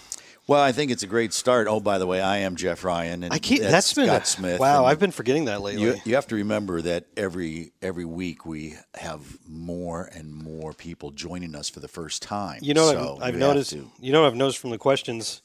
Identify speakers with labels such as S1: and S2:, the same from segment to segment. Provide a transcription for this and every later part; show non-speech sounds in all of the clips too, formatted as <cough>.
S1: Well, I think it's a great start. Oh, by the way, I am Jeff Ryan, and
S2: I keep
S1: that's
S2: that's been
S1: Scott
S2: a-
S1: Smith.
S2: Wow,
S1: and
S2: I've been forgetting that lately.
S1: You, you have to remember that every every week we have more and more people joining us for the first time.
S2: You know,
S1: so
S2: I've, I've
S1: you have
S2: noticed.
S1: to-
S2: You know, what I've noticed from the questions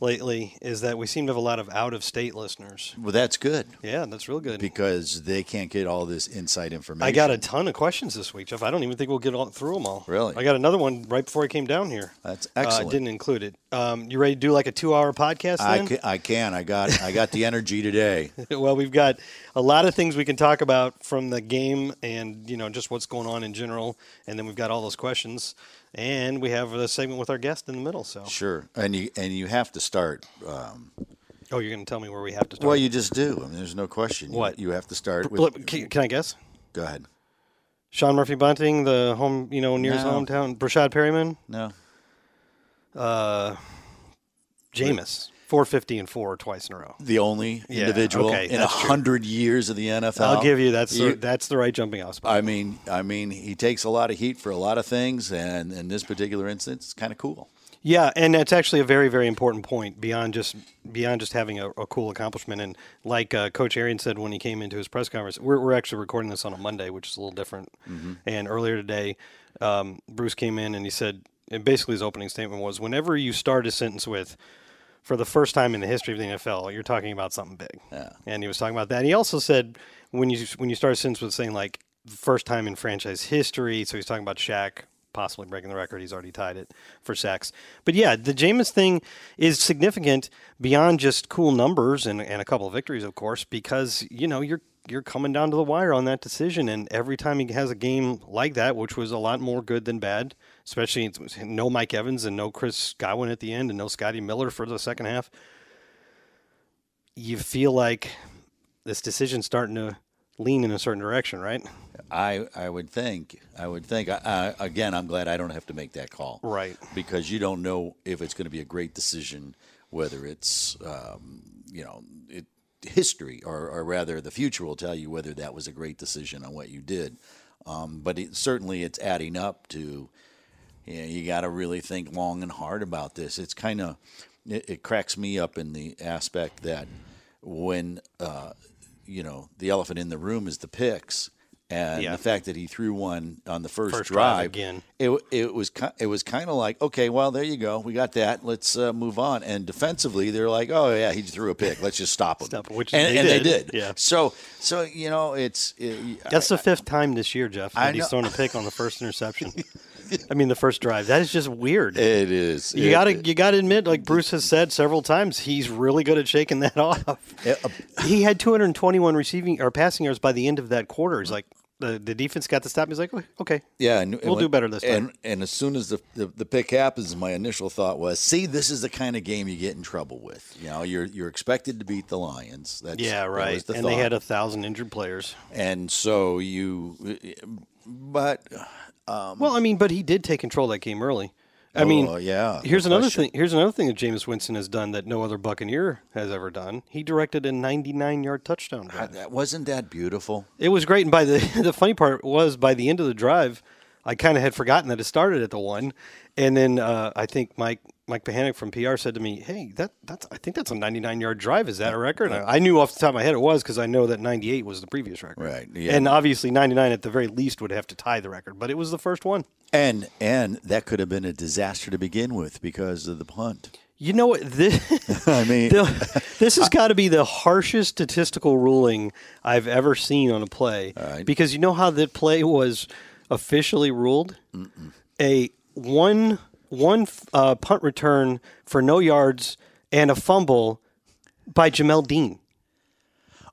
S2: lately is that we seem to have a lot of out-of-state listeners.
S1: Well, that's good
S2: Yeah, that's real good.
S1: because they can't get all this inside information.
S2: I got a ton of questions this week, Jeff. I don't even think we'll get all, through them all.
S1: Really?
S2: I got another one right before I came down here.
S1: That's
S2: Uh, I
S1: excellent.
S2: didn't include it. Um, you ready to do like a two-hour podcast?
S1: I
S2: Then?
S1: can, I can. I got I got the energy today. <laughs>
S2: well, we've got a lot of things we can talk about from the game and you know just what's going on in general, and then we've got all those questions, and we have a segment with our guest in the middle. So,
S1: Sure. And you and you have to start. Um,
S2: oh, you're going to tell me where we have to start?
S1: well, you just do. I mean, there's no question. You-
S2: What?
S1: you, have to start with?
S2: Look, can, can I guess?
S1: Go ahead.
S2: Sean Murphy Bunting, the home, you know, near his
S1: No.
S2: hometown. Brashad Perryman,
S1: No.
S2: Jameis, four fifty and four twice in a row.
S1: The only
S2: Yeah,
S1: individual
S2: okay,
S1: in a
S2: that's true.
S1: hundred years of the NFL.
S2: I'll give you that's
S1: You-
S2: the, that's the right jumping off spot.
S1: I mean, I mean, he takes a lot of heat for a lot of things, and in this particular instance, it's kind of cool.
S2: Yeah, and that's actually a very, very important point beyond just beyond just having a, a cool accomplishment. And like uh, Coach Arian said when he came into his press conference, we're, we're actually recording this on a Monday, which is a little different. And earlier today, um, Bruce came in and he said, and basically his opening statement was, "Whenever you start a sentence with." For the first time in the history of the NFL, you're talking about something big, yeah. and he was talking about that. He also said when you when you start a sentence with saying like first time in franchise history, so he's talking about Shaq possibly breaking the record. He's already tied it for sacks. But yeah, the Jameis thing is significant beyond just cool numbers and, and a couple of victories, of course, because you know you're you're coming down to the wire on that decision. And every time he has a game like that, which was a lot more good than bad, especially it was no Mike Evans and no Chris Godwin at the end and no Scotty Miller for the second half, you feel like this decision's starting to lean in a certain direction, right?
S1: I, I would think, I would think. I, I, again, I'm glad I don't have to make that call,
S2: Right.
S1: Because you don't know if it's going to be a great decision, whether it's, um, you know, it, history or, or rather the future will tell you whether that was a great decision on what you did. Um, but it, certainly, it's adding up to. Yeah, you got to really think long and hard about this. It's kind of it, it cracks me up in the aspect that when uh, you know the elephant in the room is the picks, and
S2: Yeah.
S1: the fact that he threw one on the first,
S2: First drive
S1: drive,
S2: again.
S1: It it was ki- it was kind of like okay, well there you go, we got that. Let's uh, move on. And defensively, they're like, oh yeah, he threw a pick. Let's just stop him.
S2: Stop him, which
S1: and,
S2: they
S1: and they
S2: did.
S1: did.
S2: Yeah.
S1: So so you know it's it,
S2: That's the fifth time this year, Jeff,
S1: I
S2: that he's
S1: know.
S2: thrown a pick on the
S1: <laughs>
S2: first interception. I mean, the first drive. That is just weird.
S1: it is.
S2: you
S1: It-
S2: gotta, you gotta admit, like Bruce has said several times, he's really good at shaking that <laughs> off.
S1: it-
S2: he had 221 receiving or passing yards by the end of that quarter.
S1: Mm.
S2: He's like, the, the defense got the stop. He's like, "Oh, okay,
S1: Yeah, and, and
S2: We'll do better this time.
S1: And, and as soon as the, the the pick happens, my initial thought was, "See, this is the kind of game you get in trouble with. You know, you're you're expected to beat the Lions. That's
S2: yeah,
S1: That
S2: right.
S1: was the
S2: and they
S1: thought.
S2: had a thousand injured players.
S1: and so you, but
S2: Well, I mean, but he did take control of that game early. I mean,
S1: Oh, yeah, no
S2: Here's another
S1: question.
S2: thing. Here's another thing that Jameis Winston has done that no other Buccaneer has ever done. He directed a 99 yard touchdown drive.
S1: that wasn't that beautiful.
S2: <laughs> It was great, and by the the funny part was by the end of the drive, I kind of had forgotten that it started at the one, and then uh, I think Mike Mike Pahanic from PR said to me, "Hey, that that's I think that's a 99 yard drive. Is that a record?" And I, I knew off the top of my head it was because I know that 98 was the previous record,
S1: Right, yeah.
S2: And obviously 99 at the very least would have to tie the record, but it was the first one.
S1: And and that could have been a disaster to begin with because of the punt.
S2: You know what? <laughs> This,
S1: I mean,
S2: the-
S1: <laughs>
S2: this has got to be the harshest statistical ruling I've ever seen on a play.
S1: right.
S2: Because you know how the play was officially ruled? A one one uh, punt return for no yards and a fumble by Jamel Dean.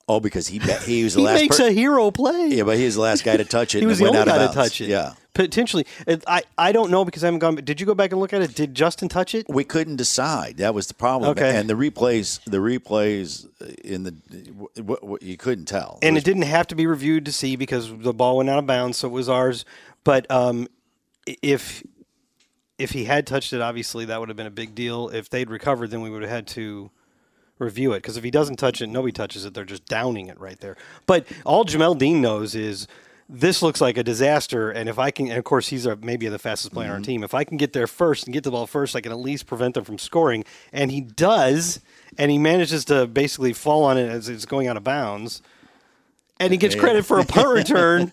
S1: oh, because he bet he was the
S2: He
S1: last.
S2: makes
S1: per-
S2: a hero play.
S1: yeah, but he was the last guy to touch it.
S2: He
S1: and
S2: was
S1: it
S2: the
S1: went
S2: only
S1: out
S2: guy
S1: of
S2: to
S1: bounds.
S2: touch it.
S1: Yeah,
S2: Potentially. It- I, I don't know because I haven't gone. Did you go back and look at it? Did Justin touch it?
S1: we couldn't decide. That was the problem.
S2: Okay.
S1: and the replays, the replays in the w- w- you couldn't tell.
S2: and it didn't have to be reviewed to see because the ball went out of bounds, so it was ours. But um, i- if if he had touched it, obviously that would have been a big deal. If they'd recovered, then we would have had to review it because if he doesn't touch it, nobody touches it. They're just downing it right there. But all Jamel Dean knows is this looks like a disaster. And if I can, and of course he's our, maybe the fastest player on our team. If I can get there first and get the ball first, I can at least prevent them from scoring. And he does, and he manages to basically fall on it as it's going out of bounds. And he gets credit for a punt return.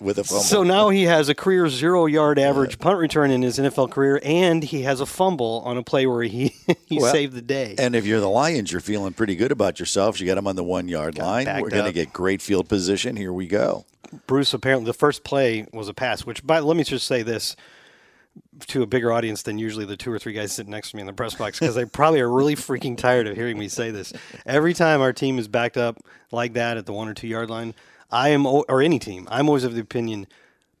S1: with a fumble.
S2: So now he has a career zero yard average punt return in his NFL career, and he has a fumble on a play where he, <laughs> he
S1: Well,
S2: saved the day.
S1: And if you're the Lions, you're feeling pretty good about yourselves. You got them on the one yard line.
S2: backed
S1: We're going to
S2: up.
S1: get great field position. Here we go.
S2: <laughs> Bruce apparently the first play was a pass, which by let me just say this to a bigger audience than usually the two or three guys sitting next to me in the press box because they probably are really freaking tired of hearing me say this. Every time our team is backed up like that at the one or two yard line, I am al- or any team, I'm always of the opinion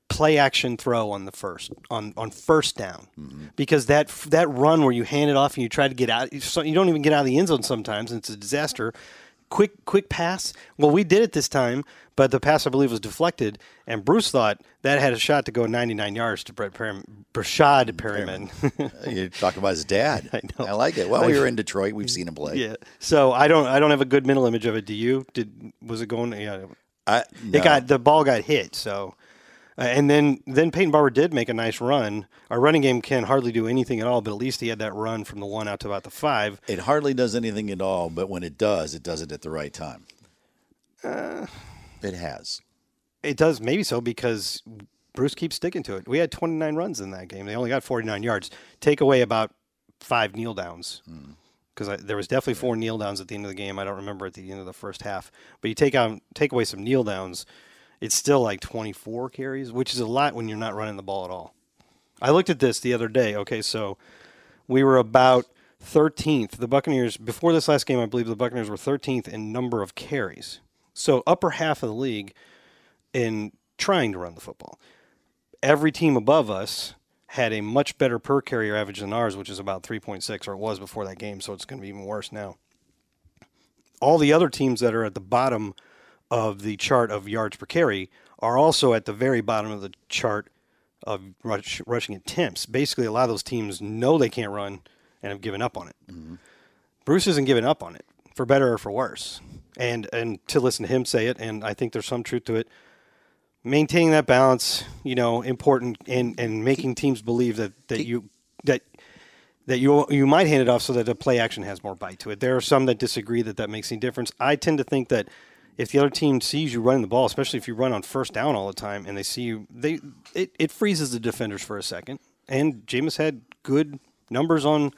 S2: play action throw on the first on on first down because that f- that run where you hand it off and you try to get out you so- you don't even get out of the end zone sometimes and it's a disaster quick quick pass well we did it this time but the pass i believe was deflected and bruce thought that had a shot to go 99 yards to Brett Perrim, brashad perryman <laughs>
S1: You're talking about his dad. I,
S2: know.
S1: like it. Well, we were in Detroit. We've seen him play.
S2: yeah so i don't i don't have a good mental image of it do you did was it going yeah
S1: I,
S2: It got the ball got hit. So, uh, and then then Peyton Barber did make a nice run. Our running game can hardly do anything at all, but at least he had that run from the one out to about the five.
S1: It hardly does anything at all, but when it does, it does it at the right time.
S2: Uh,
S1: it has.
S2: It does maybe so because Bruce keeps sticking to it. We had 29 runs in that game. They only got 49 yards. Take away about five kneel downs. Because there was definitely four kneel downs at the end of the game. I don't remember at the end of the first half, but you take out take away some kneel downs, it's still like 24 carries, which is a lot when you're not running the ball at all. I looked at this the other day. Okay, so we were about 13th. The Buccaneers, before this last game, I believe the Buccaneers were 13th in number of carries. So upper half of the league in trying to run the football. Every team above us had a much better per carrier average than ours, which is about 3.6, or it was before that game, so it's going to be even worse now. All the other teams that are at the bottom of the chart of yards per carry are also at the very bottom of the chart of rush, rushing attempts. Basically, a lot of those teams know they can't run and have given up on it. Bruce isn't giving up on it, for better or for worse. And and to listen to him say it, and I think there's some truth to it. Maintaining that balance, you know, important, and and making teams believe that that you that that you you might hand it off so that the play action has more bite to it. There are some that disagree that that makes any difference. I tend to think that if the other team sees you running the ball, especially if you run on first down all the time, and they see you, they it, it freezes the defenders for a second. And Jameis had good numbers on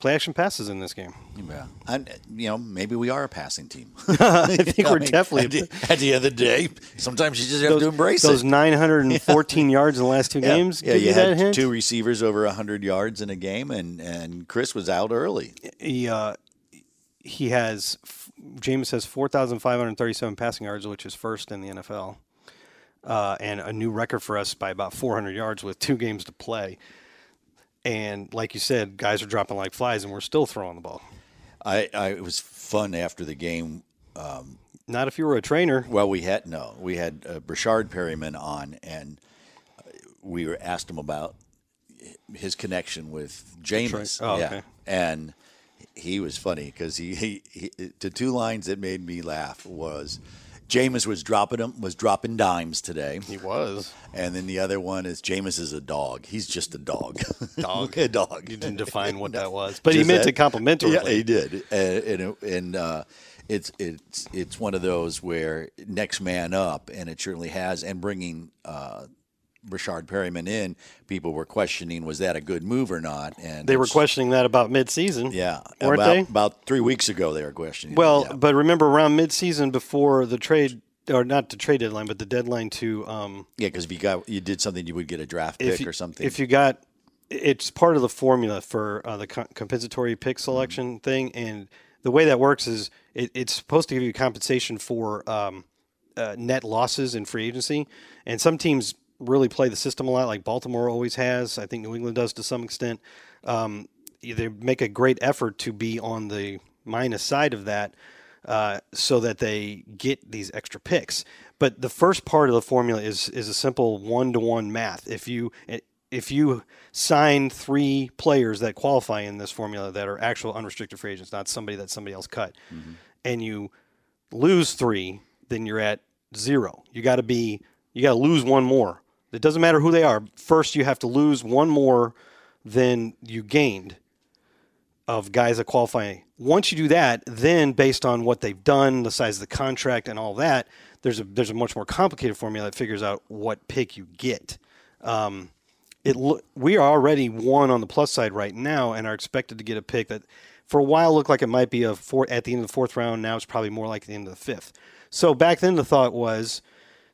S2: play action passes in this game.
S1: Yeah. And, you know, maybe we are a passing
S2: <laughs>
S1: team.
S2: I think we're definitely
S1: at the, at the end of the day, sometimes you just have to embrace
S2: those
S1: it. <laughs>
S2: 914 yards in the last two
S1: Yeah.
S2: games.
S1: Yeah,
S2: give
S1: you
S2: you that
S1: had
S2: hint.
S1: two receivers over 100 yards in a game, and, and Chris was out early.
S2: he uh, he has f- James has 4,537 passing yards, which is first in the NFL, uh, and a new record for us by about 400 yards with two games to play. And like you said, guys are dropping like flies, and we're still throwing the ball.
S1: I, I It was fun after the game
S2: Not if you were a trainer.
S1: Well, we had no, we had uh, Brashard Perryman on, and uh, we were asked him about his connection with Jameis.
S2: Oh, okay.
S1: and he was funny because he, he, he the two lines that made me laugh was Jameis was dropping him was dropping dimes today,
S2: He was.
S1: and then the other one is Jameis is a dog. He's just a dog. Dog. <laughs> a dog.
S2: You didn't define what that was, but he
S1: Just
S2: meant
S1: that-
S2: it complimentarily.
S1: Yeah, he did, and and, it- and uh, it's it's it's one of those where next man up, and it certainly has. And bringing uh, Richard Perryman in, people were questioning was that a good move or not, and
S2: they were
S1: it's-
S2: questioning that about mid-season.
S1: Yeah,
S2: weren't
S1: about,
S2: they?
S1: About three weeks ago, they were questioning. it,
S2: Well,
S1: yeah.
S2: but remember around mid-season before the trade, or not the trade deadline, but the deadline to um,
S1: yeah, because if you got you did something, you would get a draft
S2: if
S1: pick
S2: you,
S1: or something.
S2: If you got, it's part of the formula for uh, the co- compensatory pick
S1: Mm-hmm.
S2: selection thing, and the way that works is it, it's supposed to give you compensation for um, uh, net losses in free agency, and some teams really play the system a lot, like Baltimore always has. I think New England does to some extent. Um, they make a great effort to be on the minus side of that uh, so that they get these extra picks. But the first part of the formula is is a simple one to one math. If you eh, if you sign three players that qualify in this formula that are actual unrestricted free agents, not somebody that somebody else cut, and you lose three, then you're at zero. You got to be you got to lose one more. It doesn't matter who they are. First, you have to lose one more than you gained of guys that qualify. Once you do that, then based on what they've done, the size of the contract, and all that, there's a there's a much more complicated formula that figures out what pick you get. Um, it lo- we are already one on the plus side right now, and are expected to get a pick that for a while looked like it might be a four at the end of the fourth round. Now it's probably more like the end of the fifth. So back then the thought was,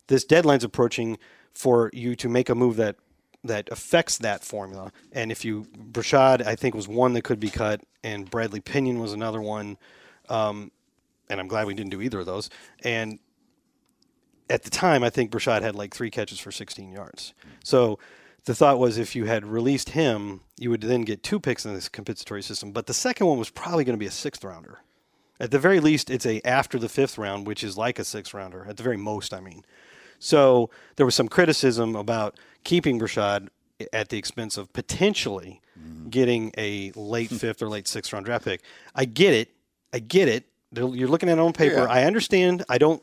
S2: this deadline's approaching for you to make a move that that affects that formula. And if you Brashad, I think was one that could be cut, and Bradley Pinion was another one. Um, and I'm glad we didn't do either of those. And at the time, I think Brashad had like three catches for 16 yards. So the thought was if you had released him, you would then get two picks in this compensatory system. But the second one was probably going to be a sixth rounder. At the very least, it's a after the fifth round, which is like a sixth rounder. At the very most, I mean. So there was some criticism about keeping Brashad at the expense of potentially
S1: Mm-hmm.
S2: getting a
S1: <laughs>
S2: late fifth or late sixth round draft pick. I get it. I get it. They're- You're looking at it on paper. I understand. I don't.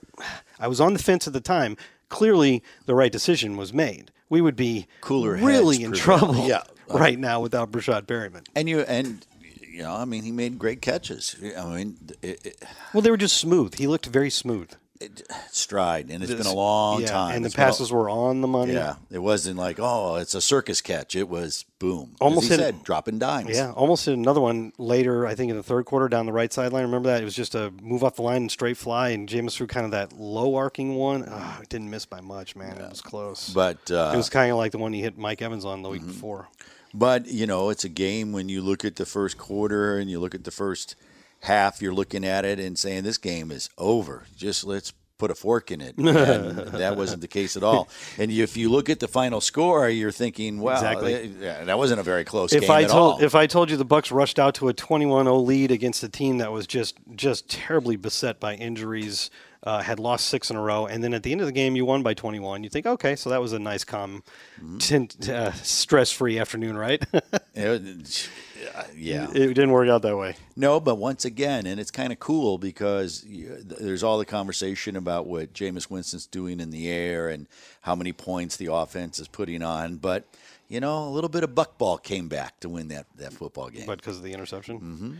S2: I was on the fence at the time. Clearly, the right decision was made. We would be
S1: Cooler heads
S2: really in
S1: prevail.
S2: trouble
S1: Yeah.
S2: <laughs> right now without Brashad Berryman.
S1: and you and you know, I mean, he made great catches. I mean, it, it,
S2: Well, they were just smooth. He looked very smooth.
S1: stride, and it's been a long
S2: yeah,
S1: time.
S2: And the
S1: It's been a-
S2: passes were on the money.
S1: Yeah, it wasn't like oh, it's a circus catch. It was boom. As
S2: Almost
S1: he
S2: hit it.
S1: said, dropping dimes.
S2: Yeah, almost hit another one later. I think in the third quarter down the right sideline. Remember that it was just a move off the line and straight fly, and Jameis threw kind of that low arcing one. Ah, it didn't miss by much, man. It was close.
S1: But uh, Mm-hmm.
S2: it was kind of like the one he hit Mike Evans on the week before.
S1: But you know, it's a game when you look at the first quarter and you look at the first half, you're looking at it and saying this game is over. Just let's put a fork
S2: <laughs>
S1: in it. And that wasn't the case at all. And if you look at the final score, you're thinking, wow,
S2: Exactly.
S1: eh, yeah, that wasn't a very close
S2: If
S1: game
S2: I
S1: at
S2: told
S1: all.
S2: if I told you the Bucks rushed out to a 21-0 lead against a team that was just just terribly beset by injuries, uh, had lost six in a row, and then at the end of the game you won by 21, you think, okay, so that was a nice, calm,
S1: Mm-hmm.
S2: tent- uh, stress-free afternoon, right? <laughs>
S1: It- yeah.
S2: it didn't work out that way.
S1: No, but once again, and it's kind of cool because you, there's all the conversation about what Jameis Winston's doing in the air and how many points the offense is putting on. But you know, a little bit of buckball came back to win that that football game
S2: But because of the interception? Mm-hmm.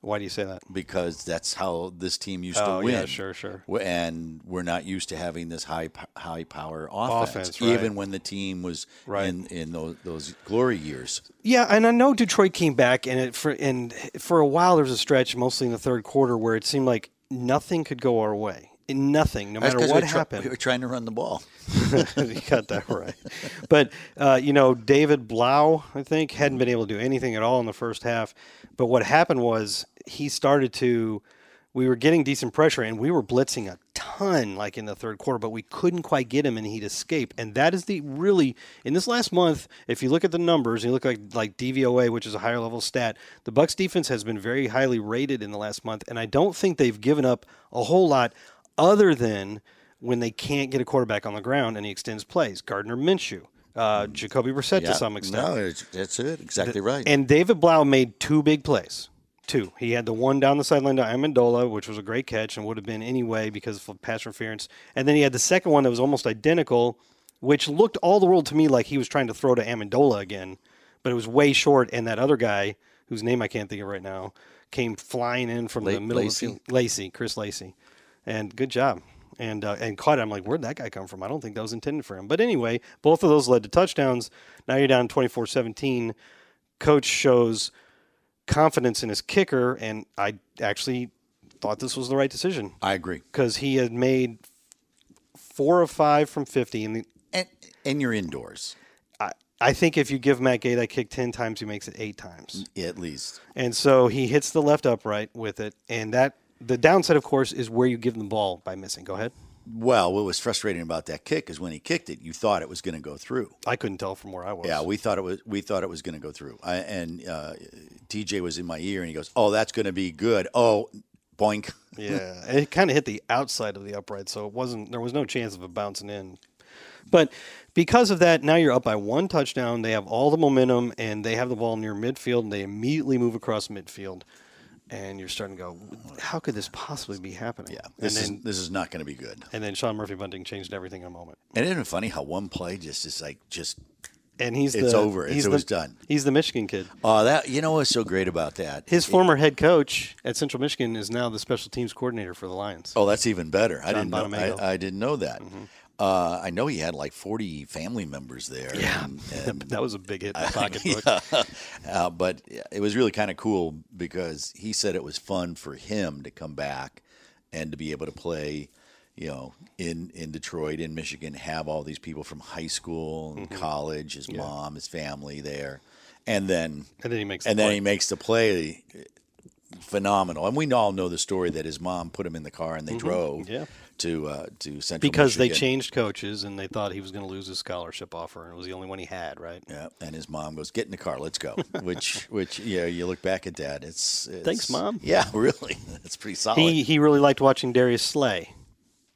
S2: Why do you say that?
S1: because that's how this team used
S2: Oh,
S1: to
S2: yeah,
S1: win.
S2: sure, sure.
S1: W- And we're not used to having this high p- high power offense,
S2: Offense, right.
S1: even when the team was
S2: Right.
S1: in in those, those glory years.
S2: Yeah, and I know Detroit came back, and it for and for a while there was a stretch, mostly in the third quarter, where it seemed like nothing could go our way. Nothing, no
S1: That's
S2: matter
S1: 'cause
S2: what
S1: we tr-
S2: happened.
S1: we were trying to run the ball.
S2: <laughs> you got that right. But uh, you know, David Blau, I think, hadn't been able to do anything at all in the first half. But what happened was he started to. We were getting decent pressure, and we were blitzing a ton, like in the third quarter. But we couldn't quite get him, and he'd escape. And that is the really in this last month. If you look at the numbers, you look like like DVOA, which is a higher level stat. The Bucks defense has been very highly rated in the last month, and I don't think they've given up a whole lot, other than when they can't get a quarterback on the ground and he extends plays. Gardner Minshew, uh, Jacoby Brissett to some extent,
S1: No, it's, that's it. Exactly right.
S2: and David Blau made two big plays. two. He had the one down the sideline to Amendola, which was a great catch and would have been anyway because of pass interference. And then he had the second one that was almost identical, which looked all the world to me like he was trying to throw to Amendola again, but it was way short. And that other guy, whose name I can't think of right now, came flying in from the
S1: La-
S2: middle
S1: Lacy?
S2: of the field. Lacey, Chris Lacey. And good job. And uh, and caught it. I'm like, where'd that guy come from? I don't think that was intended for him. But anyway, both of those led to touchdowns. Now you're down 24 17. Coach shows confidence in his kicker, and I actually thought this was the right decision
S1: I agree.
S2: because he had made four of five from 50. And the,
S1: And and you're indoors
S2: I, I think if you give Matt Gay that kick 10 times, he makes it eight times.
S1: at least.
S2: And so he hits the left upright with it. And that the downside, of course, is where you give him the ball by missing. Go ahead.
S1: Well, what was frustrating about that kick is when he kicked it, you thought it was going to go through.
S2: I couldn't tell from where I was.
S1: Yeah, we thought it was we thought it was going to go through. I, and uh, TJ was in my ear, and he goes, "Oh, that's going to be good." Oh, boink.
S2: Yeah, and it kind of hit the outside of the upright, so it wasn't. There was no chance of it bouncing in. But because of that, now you're up by one touchdown. They have all the momentum, and they have the ball near midfield, and they immediately move across midfield. And you're starting to go, how could this possibly be happening?
S1: Yeah,
S2: and
S1: this
S2: then
S1: is this is not going to be good.
S2: and then Sean Murphy Bunting changed everything in a moment.
S1: And isn't it funny how one play just is like just
S2: And he's
S1: It's
S2: the,
S1: over. It's-
S2: He's
S1: it
S2: the,
S1: was done.
S2: He's the Michigan kid.
S1: oh that you know what's so great about that?
S2: His former head coach at Central Michigan is now the special teams coordinator for the Lions.
S1: Oh, that's even better. I didn't know.
S2: Bonamago.
S1: I, I didn't know that.
S2: Mm-hmm.
S1: Uh, I know he had like forty family members there. Yeah,
S2: that was a big hit in
S1: <laughs>
S2: the pocketbook.
S1: uh, but it was really kind of cool because he said it was fun for him to come back and to be able to play, you know, in in Detroit, in Michigan, have all these people from high school and
S2: Mm-hmm.
S1: college, his mom, his family there, and then
S2: And then he makes. the
S1: and then
S2: play.
S1: he makes the play phenomenal. And we all know the story that his mom put him in the car and they drove
S2: Mm-hmm. Yeah.
S1: to uh, to Central
S2: because they
S1: Michigan.
S2: changed coaches and they thought he was going to lose his scholarship offer and it was the only one he had right
S1: Yeah, and his mom goes, "Get in the car,
S2: <laughs>
S1: let's go." Which, which, yeah, you look back at that. It's, it's
S2: Thanks, Mom.
S1: Yeah, <laughs> really, it's pretty solid.
S2: he he really liked watching darius slay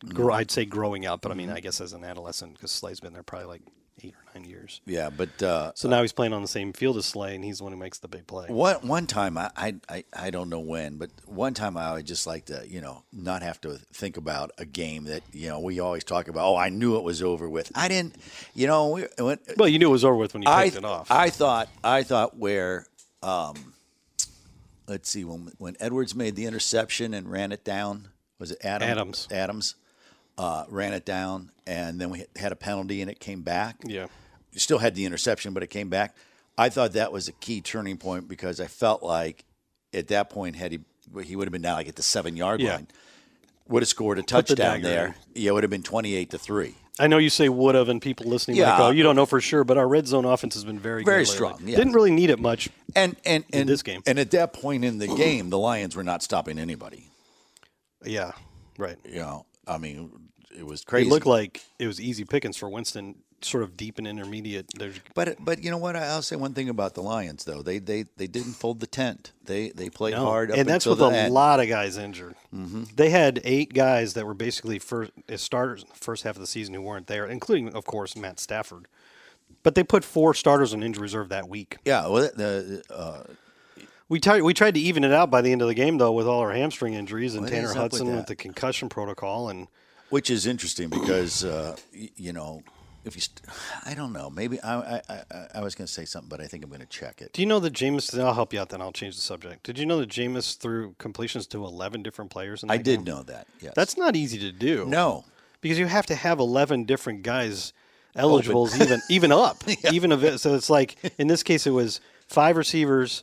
S2: Grow, i'd say growing up but i mean i guess as an adolescent because slay's been there probably like eight or nine years
S1: yeah, but uh,
S2: so now he's playing on the same field as slay and he's the one who makes the big play
S1: one one time, I, I I I don't know when, but one time I would just like to, you know, not have to think about a game that you know we always talk about. Oh, I knew it was over with. I didn't, you know, we, when,
S2: well you knew it was over with when you
S1: I
S2: picked it off
S1: I thought I thought where. Um, Let's see when when Edwards made the interception and ran it down. Was it Adam?
S2: Adams.
S1: Adams uh, ran it down, and then we had a penalty, and it came back.
S2: yeah
S1: We still had the interception, but it came back. I thought that was a key turning point because I felt like at that point, had he he would have been down like at the seven yard
S2: Yeah.
S1: line, would have scored a
S2: Put the
S1: touchdown
S2: dagger
S1: there. Yeah, it would have been twenty eight to three.
S2: I know you say would have, and people listening
S1: Yeah.
S2: might go, "You don't know for sure," but our red zone offense has been very,
S1: Very
S2: good lately.
S1: strong, yeah.
S2: Didn't really need it much.
S1: And and and
S2: this game.
S1: and at that point in the game, the Lions were not stopping anybody.
S2: Yeah, right.
S1: you know, I mean, it was
S2: It
S1: crazy.
S2: looked like it was easy pickings for Winston, sort of deep and intermediate. There's
S1: but but you know what? I'll say one thing about the Lions though. They they they didn't fold the tent. They they played
S2: No,
S1: hard, up
S2: Oh, and that's
S1: until Mm-hmm.
S2: with a
S1: the end.
S2: lot of guys injured. They had eight guys that were basically first as starters in the first half of the season who weren't there, including of course Matt Stafford. But they put four starters on injury reserve that week.
S1: Yeah, well, the, uh,
S2: We tried we tried to even it out by the end of the game though with all our hamstring injuries and
S1: What
S2: Tanner
S1: is up with
S2: Hudson with,
S1: that?
S2: the concussion protocol and
S1: which is interesting because uh, y- you know if you, st- I don't know, maybe I I, I, I was going to say something, but I think I'm going to check it.
S2: do you know that Jameis I'll help you out then I'll change the subject. Did you know that Jameis threw completions to 11 different players in that
S1: I
S2: game?
S1: did know that. Yes,
S2: That's not easy to do.
S1: no.
S2: because you have to have 11 different guys eligibles even even
S1: <laughs>
S2: up even of it so it's like in this case it was five receivers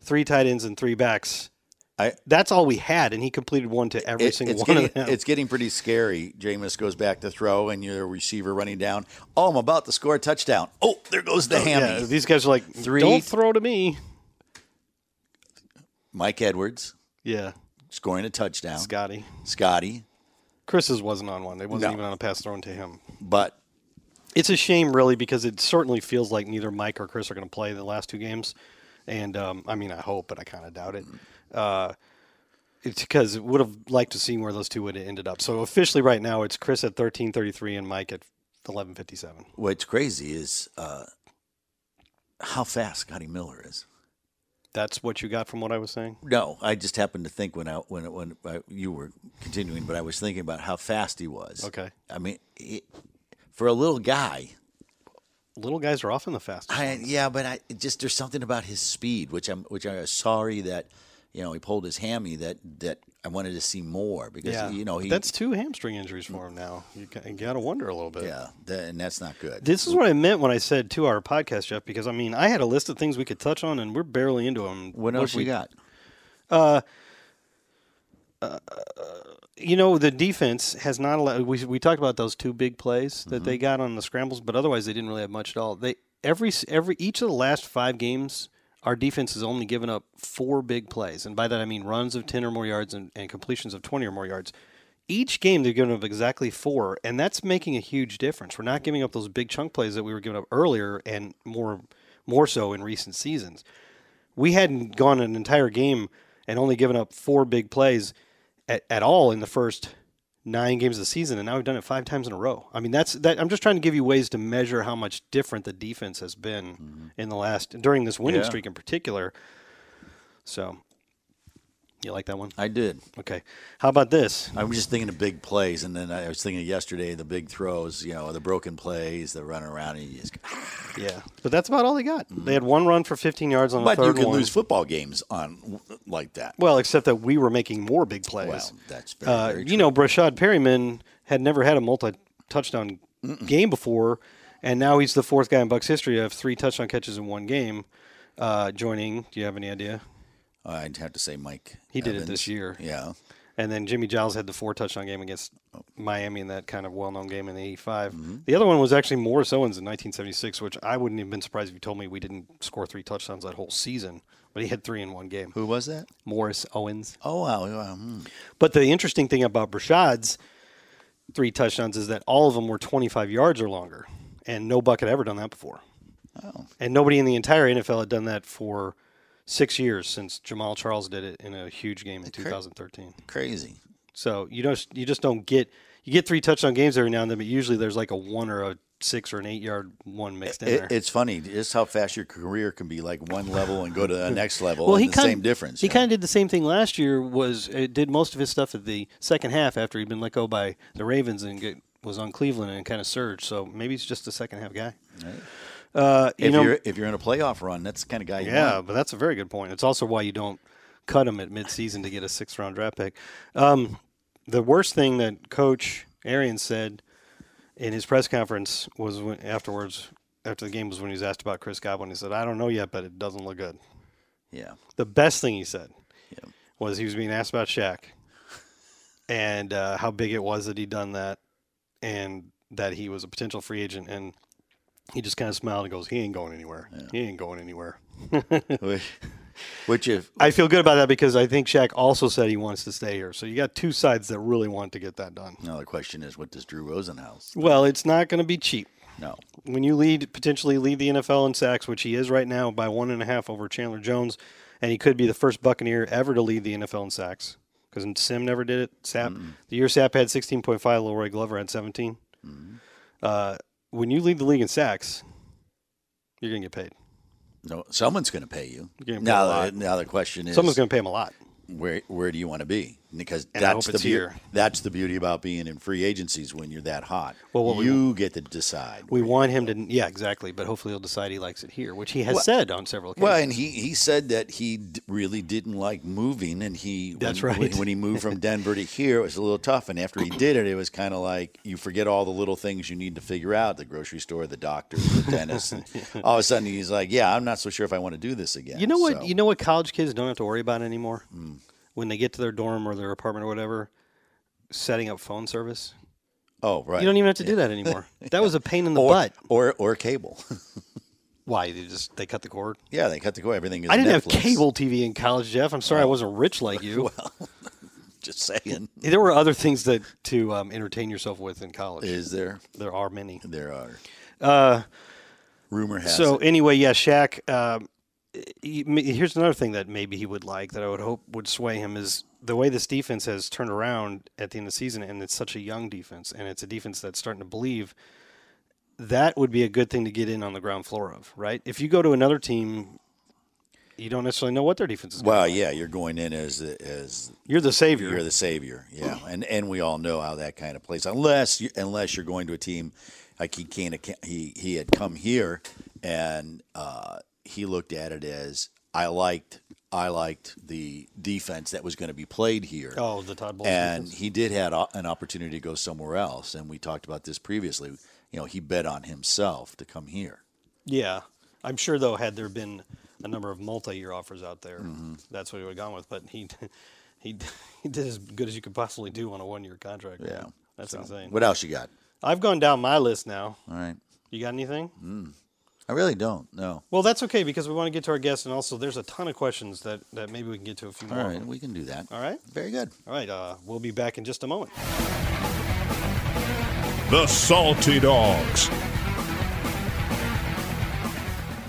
S2: three tight ends and three backs
S1: I-
S2: that's all we had and he completed one to every
S1: It-
S2: single
S1: it's
S2: one
S1: getting,
S2: of them
S1: It's getting pretty scary. Jameis goes back to throw, and your receiver running down. Oh, I'm about to score a touchdown. Oh, there goes the hammy.
S2: yeah, these guys are like three
S1: Three-
S2: don't throw to me
S1: Mike Edwards
S2: yeah
S1: scoring a touchdown.
S2: scotty
S1: Scotty,
S2: chris's wasn't on one it wasn't
S1: No.
S2: even on a pass thrown to him
S1: but
S2: It's a shame, really, because it certainly feels like neither Mike or Chris are going to play the last two games, and um, I mean, I hope, but I kind of doubt it. Uh, it's because it would have liked to see where those two would have ended up. So officially, right now, it's Chris at thirteen thirty three and Mike at eleven fifty seven.
S1: what's crazy is uh, how fast Scotty Miller is.
S2: that's what you got from what I was saying?
S1: No, I just happened to think when I when when I, you were continuing, but I was thinking about how fast he was.
S2: Okay.
S1: I mean, it, for a little guy,
S2: Little guys are often the fastest.
S1: I, yeah, but I it just there's something about his speed, which I'm which I'm sorry that you know he pulled his hammy that that I wanted to see more because you know
S2: But
S1: he
S2: that's two hamstring injuries for him now. You, ca- you got to wonder a little bit.
S1: yeah, that, and that's not good.
S2: This is what I meant when I said two hour podcast, Jeff, because I mean, I had a list of things we could touch on, and we're barely into them.
S1: what else
S2: we
S1: we got?
S2: You know, the defense has not allowed. We, we talked about those two big plays that they got on the scrambles, but otherwise they didn't really have much at all. They every s- every each of the last five games, our defense has only given up four big plays, and by that I mean runs of ten or more yards and, and completions of twenty or more yards. Each game they've given up exactly four, and that's making a huge difference. We're not giving up those big chunk plays that we were giving up earlier, and more more so in recent seasons we hadn't gone an entire game and only given up four big plays at, at all in the first nine games of the season, and now we've done it five times in a row. I mean, that's that. I'm just trying to give you ways to measure how much different the defense has been
S1: Mm-hmm.
S2: in the last during this winning streak in particular. So, you like that one?
S1: I did.
S2: Okay. How about this?
S1: I was just thinking of big plays, and then I was thinking of yesterday the big throws, you know, the broken plays, the run around, and you just.
S2: Yeah, but that's about all they got. They had one run for 15 yards on the
S1: Mm-hmm. But
S2: third
S1: you can
S2: one.
S1: lose football games on like that.
S2: well, except that we were making more big plays.
S1: Well, that's very,
S2: Uh,
S1: very
S2: you know, Brashad Perryman had never had a multi-touchdown game before, and now he's the fourth guy in Bucks history to have three touchdown catches in one game. Uh, joining, do you have any idea?
S1: I'd have to say Mike.
S2: He did it
S1: Evans.
S2: this year.
S1: Yeah.
S2: And then Jimmy Giles had the four touchdown game against
S1: Oh.
S2: Miami in that kind of well-known game in '85.
S1: Mm-hmm.
S2: The other one was actually Morris Owens in 1976, which I wouldn't have been surprised if you told me we didn't score three touchdowns that whole season, but he had three in one game.
S1: Who was that?
S2: Morris Owens.
S1: Oh, wow. wow, hmm.
S2: But the interesting thing about Brashad's three touchdowns is that all of them were 25 yards or longer, and no buck had ever done that before. Oh. And nobody in the entire NFL had done that for six years since Jamal Charles did it in a huge game in 2013.
S1: Crazy.
S2: So you don't you just don't get you get three touchdown games every now and then, but usually there's like a one or a six or an eight yard one mixed in there.
S1: It, it's funny just how fast your career can be like one level and go to
S2: <laughs>
S1: the next level.
S2: Well,
S1: and
S2: he
S1: the
S2: kind
S1: same difference.
S2: He
S1: you know?
S2: kind of did the same thing last year. Was uh, did most of his stuff at the second half after he'd been let go by the Ravens and get, was on Cleveland and kind of surged. So maybe he's just a second half guy. Uh, you
S1: if
S2: know,
S1: you're if you're in a playoff run, that's the kind of guy. You
S2: yeah,
S1: want.
S2: but that's a very good point. It's also why you don't cut him at midseason to get a sixth round draft pick. Um, the worst thing that Coach Arians said in his press conference was when, afterwards, after the game, was when he was asked about Chris Godwin. He said, "I don't know yet, but it doesn't look good."
S1: yeah.
S2: The best thing he said was he was being asked about Shaq and uh, how big it was that he'd done that and that he was a potential free agent. And he just kind of smiled and goes, He ain't going anywhere. He ain't going anywhere.
S1: Which- Which if
S2: I feel good about that because I think Shaq also said he wants to stay here. So you got two sides that really want to get that done.
S1: now the question is, what does Drew Rosenhaus?
S2: Well, it's not going to be cheap.
S1: No,
S2: when you lead potentially lead the NFL in sacks, which he is right now by one and a half over Chandler Jones, and he could be the first Buccaneer ever to lead the NFL in sacks because Sim never did it. Sap the year Sap had sixteen point five, Leroy Glover had 17
S1: Mm-hmm.
S2: Uh, when you lead the league in sacks, you're gonna get paid.
S1: no, someone's going to pay you.
S2: getting paid a
S1: Now,
S2: lot.
S1: the- now the question is,
S2: Someone's gonna pay him a lot.
S1: where where do you want to be? Because
S2: And I hope
S1: that's the
S2: it's
S1: beau-
S2: here.
S1: that's the beauty about being in free agencies when you're that hot.
S2: Well, what we-
S1: you get to decide.
S2: We want him to, yeah, exactly. But hopefully he'll decide he likes it here, which he has said on several occasions.
S1: Well, and he, he said that he d- really didn't like moving, and he
S2: That's
S1: when,
S2: right.
S1: When, he moved from Denver to here, it was a little tough. And after he did it, it was kind of like you forget all the little things you need to figure out: the grocery store, the
S2: <laughs>
S1: doctor, the dentist. And all of a sudden, he's like, "Yeah, I'm not so sure if I want to do this again."
S2: You know what?
S1: So,
S2: You know what? College kids don't have to worry about anymore when they get to their dorm or their apartment or whatever. Setting up phone service.
S1: oh, right.
S2: You don't even have to do that anymore. <laughs> That was a pain in the
S1: or,
S2: butt.
S1: or or cable. <laughs>
S2: Why they just they cut the cord?
S1: yeah, they cut the cord. Everything is.
S2: I didn't
S1: Netflix.
S2: have cable TV in college, Jeff. I'm sorry I wasn't rich like <laughs> you.
S1: <laughs> Just saying,
S2: there were other things that to um, entertain yourself with in college.
S1: is there?
S2: there are many.
S1: There are. Rumor has
S2: Uh, So
S1: it.
S2: anyway, yeah, Shaq. Um, he- he- here's another thing that maybe he would like that I would hope would sway him is the way this defense has turned around at the end of the season, and it's such a young defense, and it's a defense that's starting to believe. That would be a good thing to get in on the ground floor of, right? If you go to another team you don't necessarily know what their defense is. gonna
S1: Well, yeah, you're going in as as
S2: be. You're the savior.
S1: you're the savior, yeah, and and we all know how that kind of plays. Unless you, unless you're going to a team like he can he he had come here and uh, he looked at it as I liked I liked the defense that was going to be played here.
S2: oh, the Todd Bowles.
S1: and
S2: defense.
S1: he did had o- an opportunity to go somewhere else, and we talked about this previously. You know, he bet on himself to come here.
S2: yeah, I'm sure though, had there been a number of multi-year offers out there,
S1: Mm-hmm.
S2: that's what he would have gone with. But he <laughs> he he did as good as you could possibly do on a one-year contract.
S1: Yeah,
S2: that's
S1: So,
S2: insane.
S1: What else you got?
S2: I've gone down my list now.
S1: All right,
S2: You got anything?
S1: Mm-hmm. I really don't. No.
S2: Well, that's okay because we want to get to our guests, and also there's a ton of questions that, that maybe we can get to a few
S1: All
S2: more.
S1: right, we can do that.
S2: All right.
S1: Very good.
S2: All right. Uh, we'll be back in just a moment.
S3: The Salty Dogs.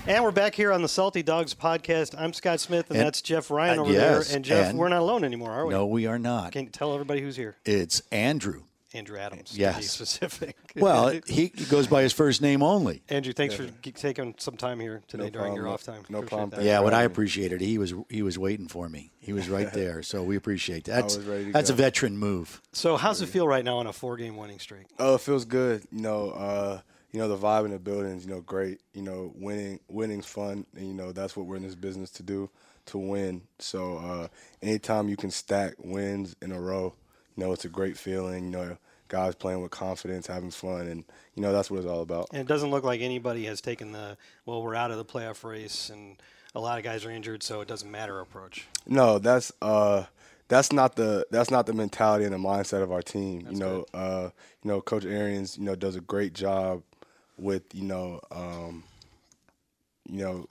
S2: And we're back here on the Salty Dogs podcast. I'm Scott Smith, and,
S1: And-
S2: that's Jeff Ryan
S1: uh,
S2: over
S1: yes,
S2: there. And Jeff,
S1: and-
S2: we're not alone anymore, are we?
S1: No, we are not.
S2: Can you tell everybody who's here?
S1: It's Andrew.
S2: Andrew Adams. To be
S1: Yes.
S2: specific.
S1: <laughs>
S2: <laughs>
S1: Well,
S4: <laughs>
S1: he he goes by his first name only.
S2: Andrew, thanks for g- taking some time here today during your
S4: problem.
S2: off time.
S4: No
S2: Appreciate
S4: problem.
S2: that.
S4: Thanks
S1: Yeah,
S4: for
S1: what I
S4: having me.
S1: appreciated, he was he was waiting for me. He was
S4: <laughs>
S1: right there, so we appreciate that. That's
S4: was ready to
S1: that's a
S4: go.
S1: veteran move.
S2: So, how's it feel right now on a four-game winning streak?
S4: Oh, it feels good. You know, uh, you know the vibe in the building is you know great. You know, winning winning's fun, and you know that's what we're in this business to do to win. So uh, anytime you can stack wins in a row, you know it's a great feeling. You know, guys playing with confidence, having fun, and you know that's what it's all about.
S2: And it doesn't look like anybody has taken the well, we're out of the playoff race, and a lot of guys are injured, so it doesn't matter approach.
S4: No, that's uh that's not the that's not the mentality and the mindset of our team. you know, uh you know coach Arians, you know, does a great job with, you know, um you know,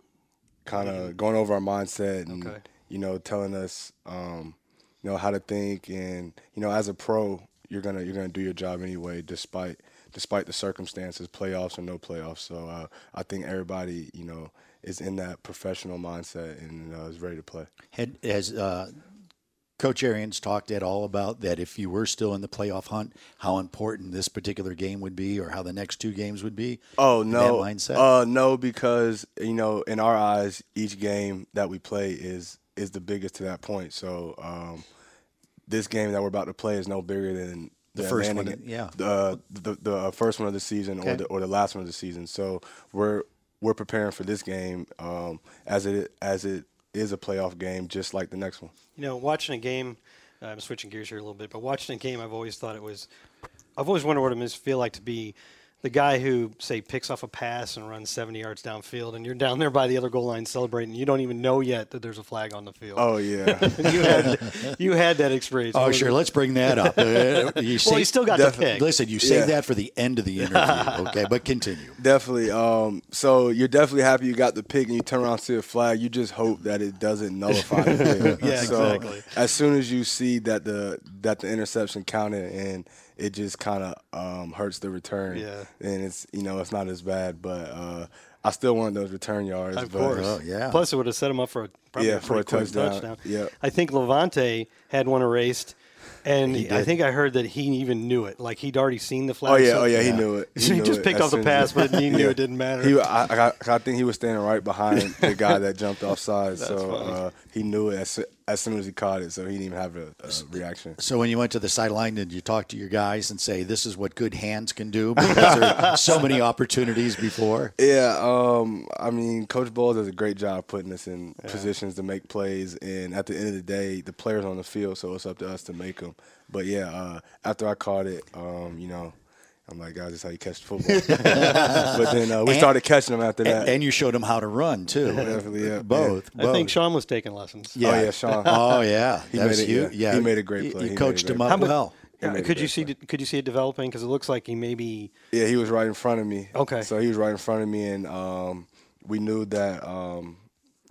S4: kind of going over our mindset and
S2: Okay.
S4: you know, telling us um you know how to think and you know as a pro, you're going to you're going to do your job anyway despite despite the circumstances, playoffs or no playoffs. So uh, I think everybody, you know, is in that professional mindset and uh, is ready to play.
S1: Had, has uh, Coach Arians talked at all about that? If you were still in the playoff hunt, how important this particular game would be, or how the next two games would be?
S4: Oh
S1: And
S4: no,
S1: that mindset.
S4: Uh, no, because you know, in our eyes, each game that we play is is the biggest to that point. So um, this game that we're about to play is no bigger than
S1: The first one,
S4: Atlanta-
S1: yeah.
S4: the the, the uh, first one of the season
S1: Okay.
S4: or the or the last one of the season. So we're we're preparing for this game um, as it as it is a playoff game, just like the next one.
S2: You know, watching a game, uh, I'm switching gears here a little bit, but watching a game, I've always thought it was, I've always wondered what it must feel like to be the guy who, say, picks off a pass and runs 70 yards downfield, and you're down there by the other goal line celebrating. You don't even know yet that there's a flag on the field.
S1: <laughs>
S4: Oh yeah.
S2: you had you had that
S4: <laughs>
S2: experience. What
S1: Oh,
S2: was
S1: sure.
S2: it?
S1: Let's bring that up. Uh, you
S2: Well, he
S1: save-
S2: still got the
S4: definitely.
S2: pick.
S1: Listen, you save
S4: Yeah.
S1: that for the end of the interview, okay? But continue.
S4: Definitely. Um, so you're definitely happy you got the pick and you turn around and see a flag. You just hope that it doesn't nullify the pick.
S2: <laughs> Yeah,
S4: so
S2: exactly.
S4: As soon as you see that the that the interception counted and it just kind of um, hurts the return.
S2: Yeah.
S4: And it's you know it's not as bad, but uh, I still wanted those return yards.
S2: Of
S4: but, uh,
S2: course.
S1: Oh, yeah.
S2: Plus, it would have set him up for a, probably
S4: Yeah,
S2: a for a touchdown. touchdown.
S4: Yeah.
S2: I think Levante had one erased, and I
S1: did.
S2: think I heard that he even knew it. Like he'd already seen the flag.
S4: Oh yeah,
S2: so-
S4: oh yeah, he knew
S2: <laughs>
S4: it.
S2: So he
S4: knew
S2: just
S4: it
S2: picked
S4: as
S2: off the
S4: soon
S2: pass,
S4: as
S2: but
S4: <laughs>
S2: he knew it didn't matter.
S4: He, I, I, I think he was standing right behind the guy
S2: <laughs>
S4: that jumped offside, so uh, he knew it as, soo- as soon as he caught it. So he didn't even have a, a reaction.
S1: So when you went to the sideline, did you talk to your guys and say, this is what good hands can do? Because there are so
S4: <laughs>
S1: many opportunities before.
S4: Yeah, um, I mean, Coach Bowles does a great job putting us in positions to make plays, and at the end of the day, the players on the field, so it's up to us to make them. But yeah, uh, after I caught it, um, you know, I'm like, guys, that's how you catch football. <laughs> but then uh, we started catching them after that.
S1: And, and you showed them how to run, too.
S4: <laughs> Definitely, yeah.
S1: Both.
S2: I think Sean was taking lessons.
S1: Yeah.
S4: Oh
S2: <laughs>
S4: yeah, Sean.
S1: <laughs> Oh, yeah.
S4: <laughs> He
S1: that
S4: made
S1: was
S4: it,
S1: huge.
S4: yeah. He made a great
S1: You-
S4: play.
S1: You
S4: He made a
S1: coached
S4: great
S1: him
S4: play.
S2: How
S1: up
S2: mu-
S1: well.
S2: Yeah,
S4: made a
S2: could you
S4: great
S2: see? Could you see it developing? Because it looks like he maybe.
S4: Yeah, he was right in front of me.
S2: Okay.
S4: So he was right in front of me, and um, we knew that um,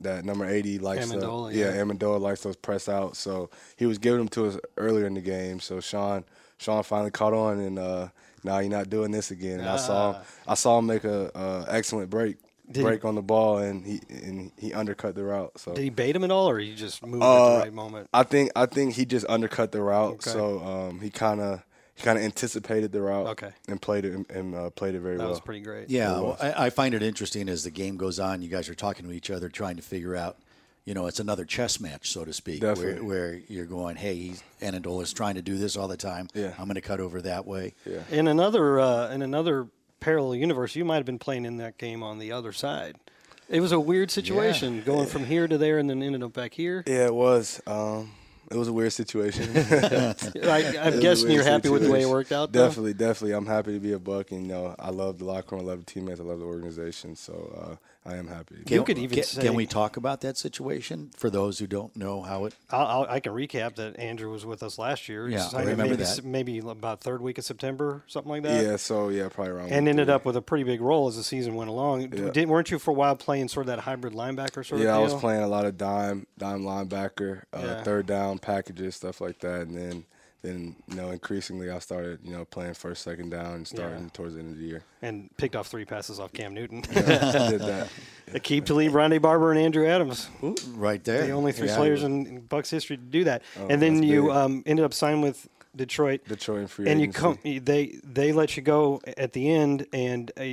S4: that number eighty likes
S2: Amendola,
S4: the, yeah,
S2: yeah.
S4: Amendola likes those press out. So he was giving them to us earlier in the game. So Sean Sean finally caught on, and uh, now you're not doing this again. And I saw him, I saw him make a uh, excellent break
S2: Ah. he-
S4: break on the ball, and he and he undercut the route. So
S2: Did he bait him at all, or he just moved
S4: Uh,
S2: at the right moment?
S4: I think I think he just undercut the route,
S2: Okay.
S4: so um, he kind of he kind of anticipated the route,
S2: Okay.
S4: and played it and, and uh, played it very
S2: That
S4: well.
S2: was pretty great.
S1: Yeah, well, I, I find it interesting as the game goes on. You guys are talking to each other, trying to figure out, you know, it's another chess match, so to speak,
S4: Definitely.
S1: where, where you're going, hey, he's, Anadola's trying to do this all the time.
S4: Yeah.
S1: I'm going to cut over that way. Yeah.
S2: In another uh, in another parallel universe, you might have been playing in that game on the other side. It was a weird situation going from here to there and then ended up back here.
S4: Yeah, it was. Um, it was a
S2: <laughs>
S4: weird situation.
S2: I, I'm
S4: <laughs> It was a
S2: guessing
S4: weird
S2: you're happy with the way it
S4: situation.
S2: worked out. though?
S4: Definitely, definitely. I'm happy to be a Buck, and you know, I love the locker room. I love the teammates. I love the organization. So uh, I am happy. to be
S2: You
S4: a
S2: could
S4: Buck.
S2: even
S1: Can,
S2: say-
S1: can we talk about that situation for those who don't know how it?
S2: I'll, I'll, I can recap that Andrew was with us last year. He
S1: Yeah, I
S2: signed
S1: remember
S2: maybe,
S1: that.
S2: Maybe about third week of September, something like that.
S4: Yeah. So yeah, probably around.
S2: And
S4: one
S2: ended
S4: thirty.
S2: up with a pretty big role as the season went along. Didn't, weren't you for a while playing sort of that hybrid linebacker sort
S4: Yeah,
S2: of
S4: I
S2: deal?
S4: was playing a lot of dime, dime linebacker, uh,
S2: Yeah.
S4: third down packages, stuff like that, and then. Then you know, increasingly, I started you know playing first, second down, and starting towards the end of the year.
S2: And picked off three passes off Cam Newton. <laughs>
S4: I did that.
S2: Akeem Talib, Rondé Barber, and Andrew Adams.
S1: Right there.
S2: The only three
S1: Yeah.
S2: players in, in Bucks history to do that. and then
S4: Oh, that's
S2: you
S4: big.
S2: um, ended up signing with Detroit.
S4: Detroit in free
S2: and you
S4: agency.
S2: come they they let you go at the end and uh,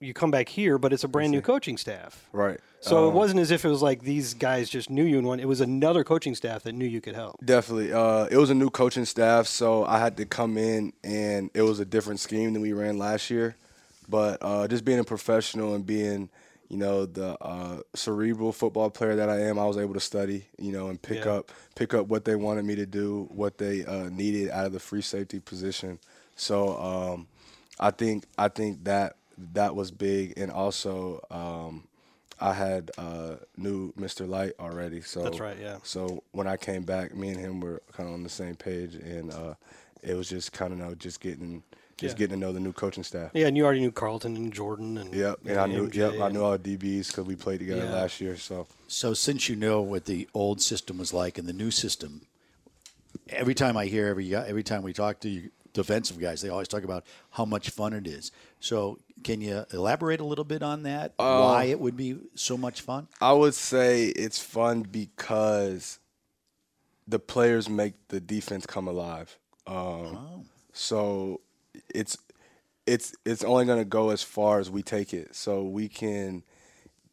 S2: you come back here but it's a brand new coaching staff
S4: Right. Oh.
S2: so it wasn't as if it was like these guys just knew you and one it was another coaching staff that knew you could help
S4: Definitely. Uh, it was a new coaching staff, so I had to come in, and it was a different scheme than we ran last year. But uh, just being a professional and being, you know, the uh, cerebral football player that I am, I was able to study, you know, and pick
S2: Yeah.
S4: up pick up what they wanted me to do, what they uh, needed out of the free safety position. So um, I think I think that that was big, and also. Um, I had uh, knew Mr. Light already, so
S2: That's right, yeah.
S4: so when I came back, me and him were kind of on the same page, and uh, it was just kind of you know, just getting just
S2: Yeah.
S4: getting to know the new coaching staff.
S2: yeah and you already knew carlton and jordan and
S4: Yep, and I knew
S2: MJ
S4: yep I
S2: and-
S4: knew all DBs because we played together
S2: Yeah.
S4: last year. So
S1: So since you know what the old system was like and the new system, every time I hear every guy- every time we talk to you defensive guys, they always talk about how much fun it is. So can you elaborate a little bit on that? why it would be so much fun?
S4: I would say it's fun because the players make the defense come alive. Um,
S2: Oh.
S4: So it's it's it's only going to go as far as we take it. So we can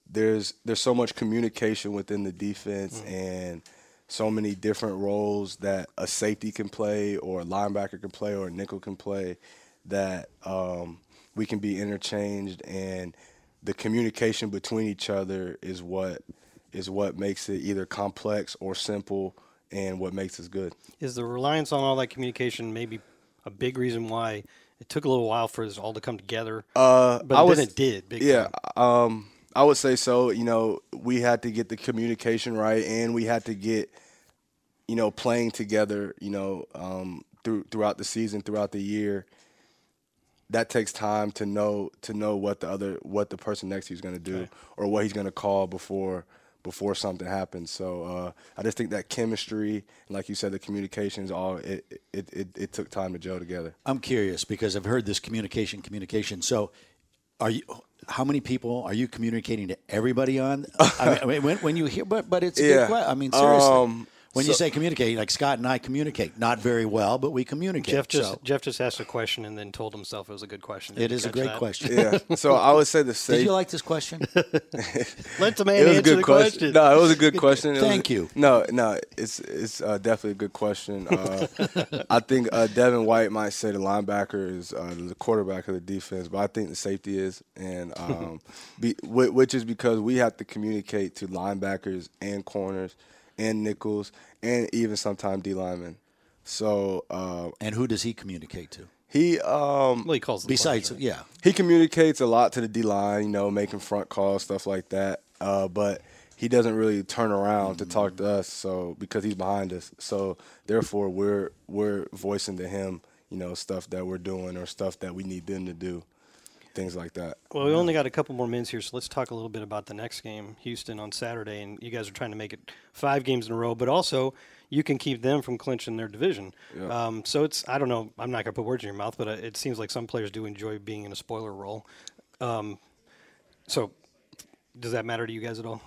S4: there's there's so much communication within the defense and so many different roles that a safety can play or a linebacker can play or a nickel can play that um, we can be interchanged and the communication between each other is what is what makes it either complex or simple and what makes us good.
S2: is the reliance on all that communication maybe a big reason why it took a little while for this all to come together uh, but
S4: I
S2: then
S4: was-
S2: it did big
S4: yeah,
S2: time.
S4: um, I would say so. You know, we had to get the communication right, and we had to get, you know, playing together. You know, um, through throughout the season, throughout the year. That takes time to know to know what the other what the person next to you is going to do or what he's going to call before before something happens. So uh, I just think that chemistry, like you said, the communications, all it it, it it took time to gel together.
S1: I'm curious because I've heard this communication, communication. So, are you? How many people are you communicating to everybody on? I mean, I mean, when, when you hear, but but it's a good
S4: Yeah.
S1: que- I mean, seriously,
S4: Um,
S1: when you say communicate, like Scott and I communicate, not very well, but we communicate.
S2: Jeff just
S1: so
S2: Jeff just asked a question and then told himself it was a good question. Did
S1: it
S2: you
S1: is a
S2: catch
S1: great
S2: that?
S1: question.
S4: Yeah. So I would say the
S1: Did
S4: safety.
S1: you like this
S4: <laughs>
S1: question?
S2: Let the man
S4: it was
S2: answer
S4: a good
S2: the
S4: question.
S2: question.
S4: No, it was a
S2: <laughs>
S4: good question. It was-
S1: Thank you.
S4: No, no, it's it's uh, definitely a good question.
S2: <laughs>
S4: Uh, I think uh, Devin White might say the linebacker is uh, the quarterback of the defense, but I think the safety is,
S2: <laughs>
S4: and um, be, whi- which is because we have to communicate to linebackers and corners and nickels and even sometimes D linemen. So uh,
S1: and who does he communicate to?
S4: he um,
S2: Well, he calls the
S1: Besides, yeah,
S4: he communicates a lot to the D line, you know, making front calls, stuff like that. Uh, but he doesn't really turn around to talk to us, so because he's behind us. So therefore, we're we're voicing to him, you know, stuff that we're doing or stuff that we need them to do, things like that.
S2: Well, we only got a couple more minutes here, so let's talk a little bit about the next game, Houston on Saturday, and you guys are trying to make it five games in a row, but also you can keep them from clinching their division. Um, so it's I don't know, I'm not gonna put words in your mouth, but uh, it seems like some players do enjoy being in a spoiler role. Um, so does that matter to you guys at all?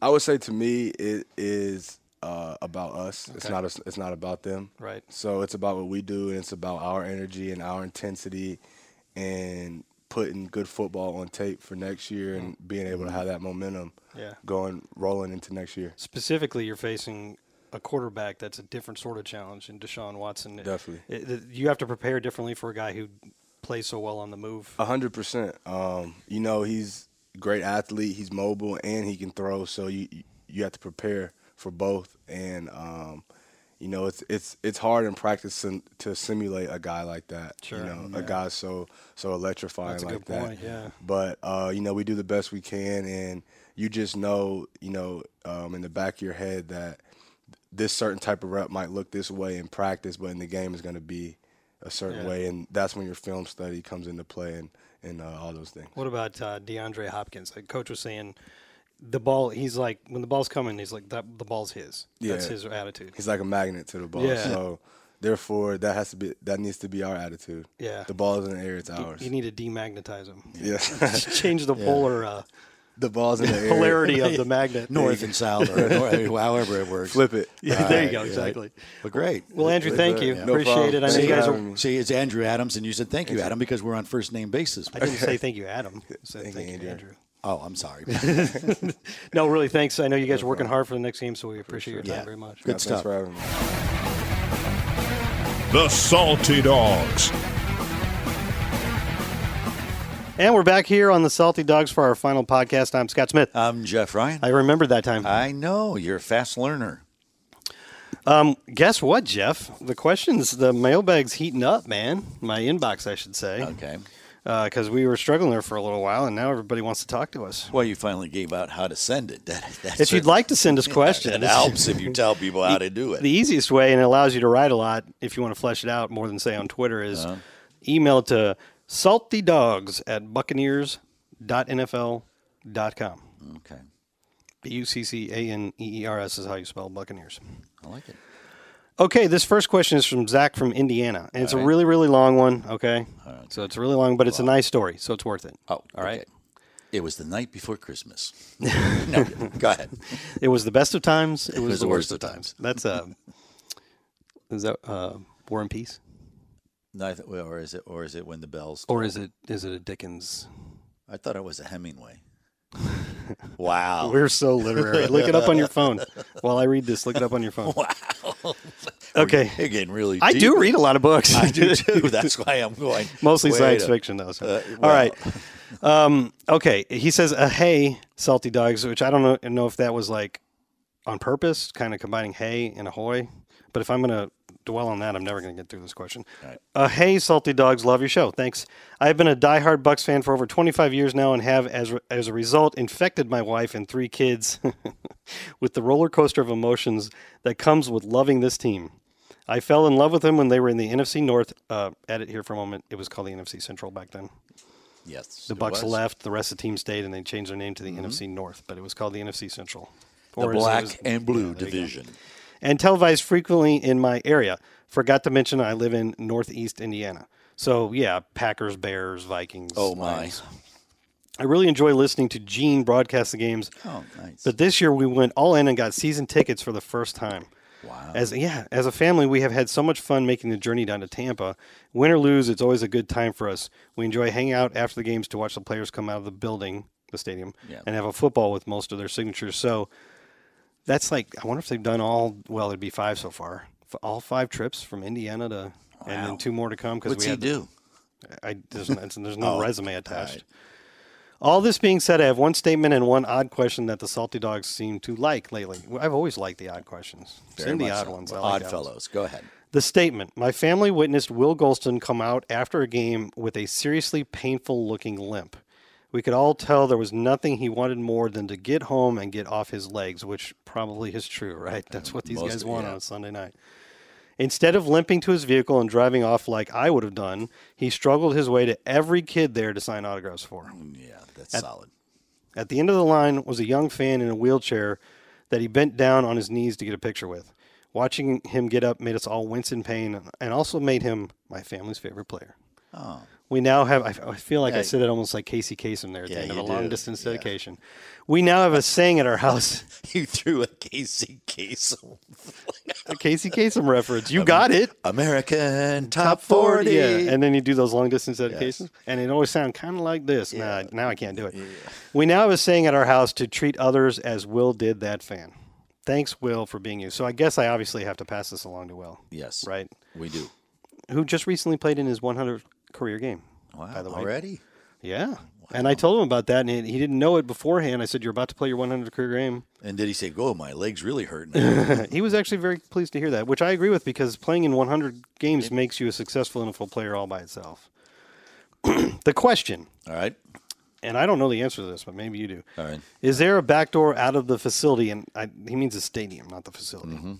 S4: I would say to me, it is uh, about us. It's not us it's not about them.
S2: Right.
S4: So it's about what we do, and it's about our energy and our intensity, and putting good football on tape for next year and being able to have that momentum
S2: Mm-hmm. Yeah.
S4: going rolling into next year.
S2: Specifically, you're facing a quarterback that's a different sort of challenge in Deshaun Watson.
S4: Definitely.
S2: It- it- you have to prepare differently for a guy who plays so well on the move.
S4: A hundred percent. Um, you know, he's a great athlete. He's mobile and he can throw. So you you have to prepare for both. And um, you know, it's it's it's hard in practice sim- to simulate a guy like that.
S2: Sure,
S4: You know, a guy so so electrifying
S2: That's a
S4: like
S2: good
S4: that.
S2: point, yeah.
S4: But uh, you know, we do the best we can, and you just know, you know, um, in the back of your head that this certain type of rep might look this way in practice, but in the game is going to be a certain
S2: Yeah.
S4: way, and that's when your film study comes into play and and uh, all those things.
S2: What about uh, DeAndre Hopkins? Like coach was saying, the ball. He's like, when the ball's coming, he's like, that the ball's his. That's
S4: Yeah.
S2: his attitude.
S4: He's like a magnet to the ball,
S2: Yeah.
S4: so therefore that has to be that needs to be our attitude.
S2: Yeah.
S4: the ball's in the air, it's ours.
S2: You need to demagnetize him. <laughs>
S4: yes,
S2: Change the polar uh,
S4: <laughs> the ball's
S2: <laughs>
S4: in the air.
S2: polarity
S4: <laughs>
S2: of the magnet.
S1: North and south, or nor- however it works.
S4: Flip it.
S2: Yeah, <laughs> there you go. Exactly.
S1: But great.
S2: Well, um, Andrew, thank you.
S4: No
S2: Appreciate
S4: problem.
S2: it. I know
S4: Thank
S2: you
S4: you
S2: guys
S4: for
S2: are.
S4: having me.
S1: See, it's Andrew Adams, and you said thank you, Adam, because we're on first name basis.
S2: I
S4: <laughs>
S2: didn't say thank you, Adam. I said
S4: Thank you,
S2: thank you,
S4: Andrew.
S2: Andrew.
S1: Oh, I'm sorry.
S2: <laughs> No, really, thanks. I know you guys are working hard for the next game, so we appreciate your time
S1: Yeah.
S2: very much.
S1: Good
S4: Thanks
S1: stuff.
S4: for having me.
S3: The Salty Dogs.
S2: And we're back here on the Salty Dogs for our final podcast. I'm Scott Smith.
S1: I'm Jeff Ryan.
S2: I remembered that time.
S1: I know you're a fast learner.
S2: Guess what, Jeff? The questions, the mailbag's heating up, man. My inbox, I should say.
S1: Okay.
S2: Because we were struggling there for a little while, and now everybody wants to talk to us.
S1: Well, you finally gave out how to send it. <laughs> That, that's
S2: If you'd like to send
S1: <laughs>
S2: us questions,
S1: It helps if you tell people how to do it.
S2: the easiest way, and it allows you to write a lot if you want to flesh it out more than say on Twitter, is email to saltydogs at buccaneers.nfl.com.
S1: okay.
S2: B U C C A N E E R S is how you spell Buccaneers.
S1: I like it.
S2: Okay, this first question is from Zach from Indiana, and it's a really, really long one. Okay, so it's really long, but it's a nice story, so it's worth it.
S1: Oh,
S2: all right.
S1: okay. It was the night before Christmas. <laughs> no, go ahead.
S2: It was the best of times. <laughs> It was, the worst, of times. That's uh, is that uh, War and Peace,
S1: No, I th- or is it? Or is it when the bells?
S2: or is it is it a Dickens?
S1: I thought it was a Hemingway. wow.
S2: <laughs> We're so literary. <laughs> look it up on your phone while I read this. Look it up on your <laughs> phone. Okay,
S1: You're getting really.
S2: I
S1: deep.
S2: do read a lot of books. <laughs>
S1: I do too. That's why I'm going.
S2: Mostly
S1: wait
S2: science
S1: a-
S2: fiction, though. So.
S1: uh,
S2: All
S1: well-
S2: right. Um, okay. He says, uh, hey, salty dogs, which I don't know, know if that was like on purpose, kind of combining hey and ahoy. But if I'm going to dwell on that, I'm never going to get through this question. Uh, hey, salty dogs, love your show. Thanks. I've been a diehard Bucks fan for over 25 years now and have, as, re- as a result, infected my wife and three kids <laughs> with the roller coaster of emotions that comes with loving this team. I fell in love with them when they were in the NFC North. Uh, edit here for a moment. It was called the NFC Central back then.
S1: Yes.
S2: The Bucks left. The rest of the team stayed, and they changed their name to the NFC North, but it was called the NFC Central.
S1: Mm-hmm. The
S2: Or as it
S1: black
S2: was-
S1: and blue division.
S2: and televised frequently in my area. Forgot to mention I live in Northeast Indiana. So yeah, Packers, Bears, Vikings.
S1: Oh my.
S2: Lions. I really enjoy listening to Gene broadcast the games.
S1: Oh, nice.
S2: But this year we went all in and got season tickets for the first time.
S1: Wow.
S2: As yeah, as a family, we have had so much fun making the journey down to Tampa. Win or lose, it's always a good time for us. We enjoy hanging out after the games to watch the players come out of the building, the stadium,
S1: Yeah.
S2: and have a football with most of their signatures. So that's like I wonder if they've done all. Well, it'd be five so far. F- All five trips from Indiana to, and
S1: Wow.
S2: then two more to come. Because
S1: What's
S2: we
S1: he
S2: had the-
S1: do?
S2: I, there's, no- there's
S1: Oh,
S2: no resume attached. All this being said, I have one statement and one odd question that the Salty Dogs seem to like lately. Well, I've always liked the odd questions.
S1: Very
S2: Send the
S1: much
S2: odd
S1: so.
S2: ones. I like
S1: Odd
S2: ones.
S1: fellows. Go ahead.
S2: The statement My family witnessed Will Golston come out after a game with a seriously painful looking limp. We could all tell there was nothing he wanted more than to get home and get off his legs, which probably is true, right? That's what these
S1: Most-
S2: guys want
S1: yeah.
S2: on a Sunday night. Instead of limping to his vehicle and driving off like I would have done, he struggled his way to every kid there to sign autographs for.
S1: Mm, Yeah, that's solid. <laughs>
S2: At the end of the line was a young fan in a wheelchair that he bent down on his knees to get a picture with. Watching him get up made us all wince in pain and also made him my family's favorite player.
S1: Oh,
S2: We now have. I f- I feel like I
S1: Yeah.
S2: said it almost like Casey Kasem there at
S1: Yeah,
S2: the end of
S1: you
S2: a long
S1: did.
S2: distance
S1: Yeah.
S2: dedication. We now have a saying at our house, <laughs>
S1: You threw a Casey Kasem.
S2: a Casey Kasem reference. You got it.
S1: American top 40.
S2: Yeah, and then you do those long distance dedications, and it always sounds kind of like this. Nah, now I can't do it. We now have a saying at our house to treat others as Will did that fan. Thanks, Will, for being you. So I guess I obviously have to pass this along to Will,
S1: yes.
S2: right?
S1: We do.
S2: Who just recently played in his 100th career game.
S1: Wow.
S2: by the way.
S1: already?
S2: Yeah. And I told him about that, and he he didn't know it beforehand. I said, "You're about to play your 100th career game."
S1: And did he say, "Go, my legs really hurt"?
S2: <laughs>
S1: now."
S2: He was actually very pleased to hear that, which I agree with because playing in 100 games makes you a successful NFL player all by itself. <clears throat> the question,
S1: All right.
S2: and I don't know the answer to this, but maybe you do.
S1: All right.
S2: Is there a back door out of the facility? And I, he means the stadium, not the facility,
S1: Mm-hmm.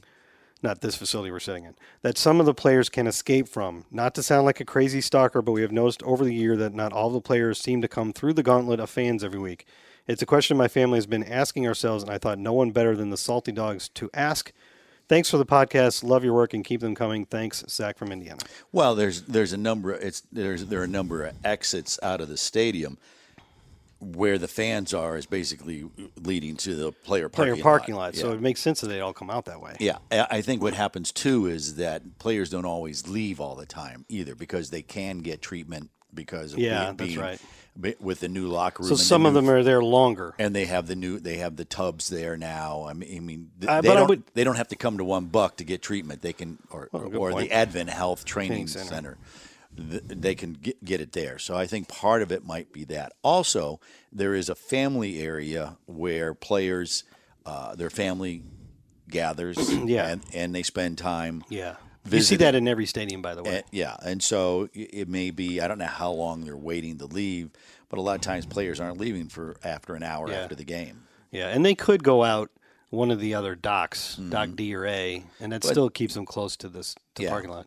S2: not this facility we're sitting in. That some of the players can escape from. Not to sound like a crazy stalker, but we have noticed over the year that not all of the players seem to come through the gauntlet of fans every week. It's a question my family has been asking ourselves, and I thought no one better than the Salty Dogs to ask. Thanks for the podcast. Love your work and keep them coming. Thanks, Zach from Indiana.
S1: Well, there's there's a number. It's there's there are a number of exits out of the stadium. Where the fans are is basically leading to the player parking
S2: Player parking lot.
S1: Yeah.
S2: So it makes sense that they all come out that way.
S1: Yeah, I I think what happens too is that players don't always leave all the time either because they can get treatment because of
S2: Yeah,
S1: being,
S2: that's
S1: being- be- with the new locker room.
S2: So
S1: and the
S2: some of
S1: new-
S2: them are there longer.
S1: and they have the new they have the tubs there now. I mean, I mean th-
S2: Uh,
S1: they,
S2: but I
S1: don't,
S2: would-
S1: they don't have to come to one buck to get treatment. They can or
S2: good
S1: or
S2: point.
S1: the Advent Health
S2: Training
S1: Training
S2: Center.
S1: Center. Th- They can get, get it there. So I think part of it might be that. Also, there is a family area where players, uh, their family gathers
S2: <clears throat> Yeah.
S1: and, and they spend time.
S2: Yeah. You see
S1: visiting.
S2: that in every stadium, by the way.
S1: And- yeah, and so i- it may be I don't know how long they're waiting to leave, but a lot of times players aren't leaving for after an hour
S2: Yeah.
S1: after the game.
S2: Yeah, and they could go out one of the other docks, dock D or A, and that still keeps them close to this to the
S1: Mm-hmm. Yeah.
S2: parking lot.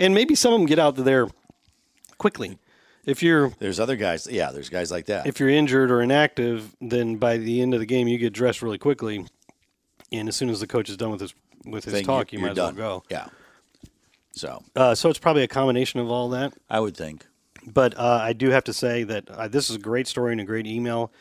S2: And maybe some of them get out to there quickly. If you're
S1: There's other guys. Yeah, there's guys like that.
S2: if you're injured or inactive, then by the end of the game you get dressed really quickly, and as soon as the coach is done with his with his
S1: Then
S2: talk, you
S1: you're
S2: might as
S1: done.
S2: well go.
S1: Yeah. So
S2: Uh, so it's probably a combination of all that.
S1: I
S2: <laughs>
S1: would think.
S2: But uh, I do have to say that uh, this is a great story and a great email.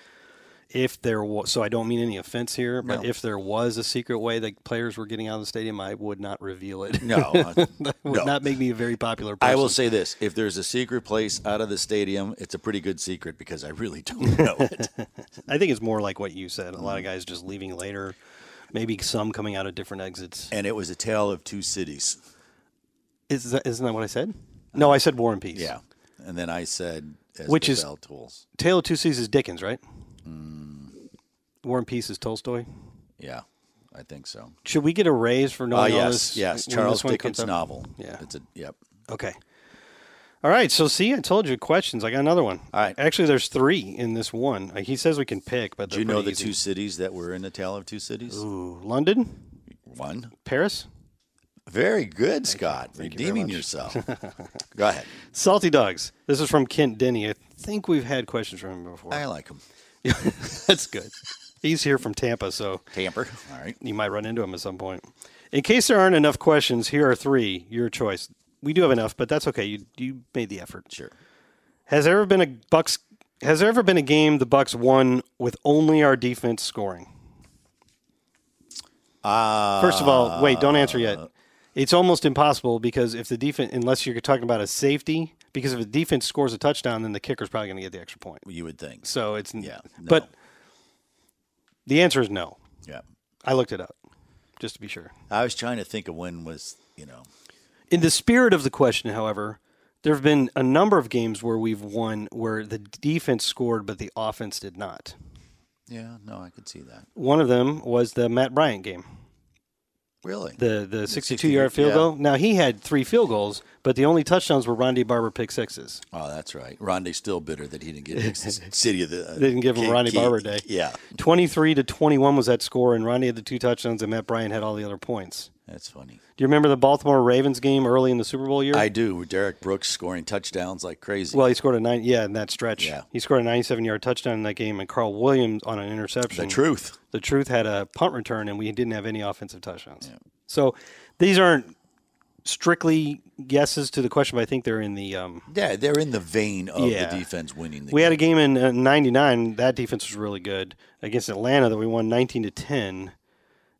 S2: If there was, so I don't mean any offense here, but
S1: No.
S2: if there was a secret way that players were getting out of the stadium, I would not reveal it.
S1: No, I-
S2: that <laughs> would
S1: no.
S2: not make me a very popular person.
S1: I will say this: if there's a secret place out of the stadium, it's a pretty good secret because I really don't <laughs> know it.
S2: I think it's more like what you said. A lot
S1: Mm-hmm.
S2: of guys just leaving later, maybe some coming out of different exits.
S1: and it was a tale of two cities.
S2: Is that, isn't that what I said? No, I said War and Peace.
S1: Yeah. And then I said, as
S2: Which
S1: the
S2: is-
S1: Bell tools.
S2: Tale of Two Cities is Dickens, right?
S1: Mm.
S2: War and Peace is Tolstoy.
S1: Yeah, I think so.
S2: Should we get a raise for knowing
S1: Oh
S2: all
S1: yes,
S2: this?
S1: yes.
S2: when
S1: Charles
S2: this one comes
S1: Dickens
S2: up?
S1: novel.
S2: Yeah.
S1: It's a yep.
S2: Okay. All right. So, see, I told you questions. I got another one.
S1: All right.
S2: Actually, there's three in this one. Uh, He says we can pick, but
S1: Do you know the two cities that were in the tale of two cities?
S2: two? London,
S1: One.
S2: Paris.
S1: Very good, Scott. Redeeming
S2: <laughs>
S1: yourself. Go ahead.
S2: Salty Dogs. This is from Kent Denny. I think we've had questions from him
S1: <laughs>
S2: before.
S1: I like them.
S2: That's good. He's here from Tampa, so
S1: Tamper. <laughs> All right.
S2: you might run into him at some point. In case there aren't enough questions, here are three. Your choice. We do have enough, but that's okay. You you made the effort.
S1: Sure.
S2: Has there ever been a Bucks? Has there ever been a game the Bucks won with only our defense scoring?
S1: Uh,
S2: First of all, wait, don't answer yet. It's almost impossible because if the defense, unless you're talking about a safety, because if the defense scores a touchdown, then the kicker's probably going to get the extra point.
S1: you would think.
S2: So it's
S1: Yeah, no.
S2: but the answer is no.
S1: Yeah.
S2: I looked it up just to be sure.
S1: I was trying to think of when was, you know,
S2: In the spirit of the question, however, there have been a number of games where we've won where the defense scored but the offense did not.
S1: yeah, no, I could see that.
S2: One of them was the Matt Bryant game.
S1: Really?
S2: the the 62
S1: 62
S2: yard field
S1: yeah.
S2: goal. Now he had three field goals, but the only touchdowns were Rondé Barber pick sixes.
S1: oh, that's right. Rondé's still bitter that he didn't get
S2: <laughs>
S1: Texas City of the. Uh,
S2: They didn't give him
S1: Key-
S2: Ronnie
S1: Key-
S2: Barber Day.
S1: Yeah,
S2: 23 to 21 was that score, and Rondé had the two touchdowns, and Matt Bryan had all the other points.
S1: that's funny.
S2: Do you remember the Baltimore Ravens game early in the Super Bowl year?
S1: I do. with Derek Brooks scoring touchdowns like crazy.
S2: well, he scored a nine, yeah, in that stretch.
S1: Yeah.
S2: He scored a 97 yard touchdown in that game, and Carl Williams on an interception.
S1: the truth.
S2: The truth had a punt return, and we didn't have any offensive touchdowns. So these aren't strictly guesses to the question, but I think they're in the. Um,
S1: Yeah, they're in the vein of
S2: Yeah.
S1: the defense winning the
S2: we had
S1: game.
S2: a game in uh, '99. That defense was really good against Atlanta that we won 19 to 10.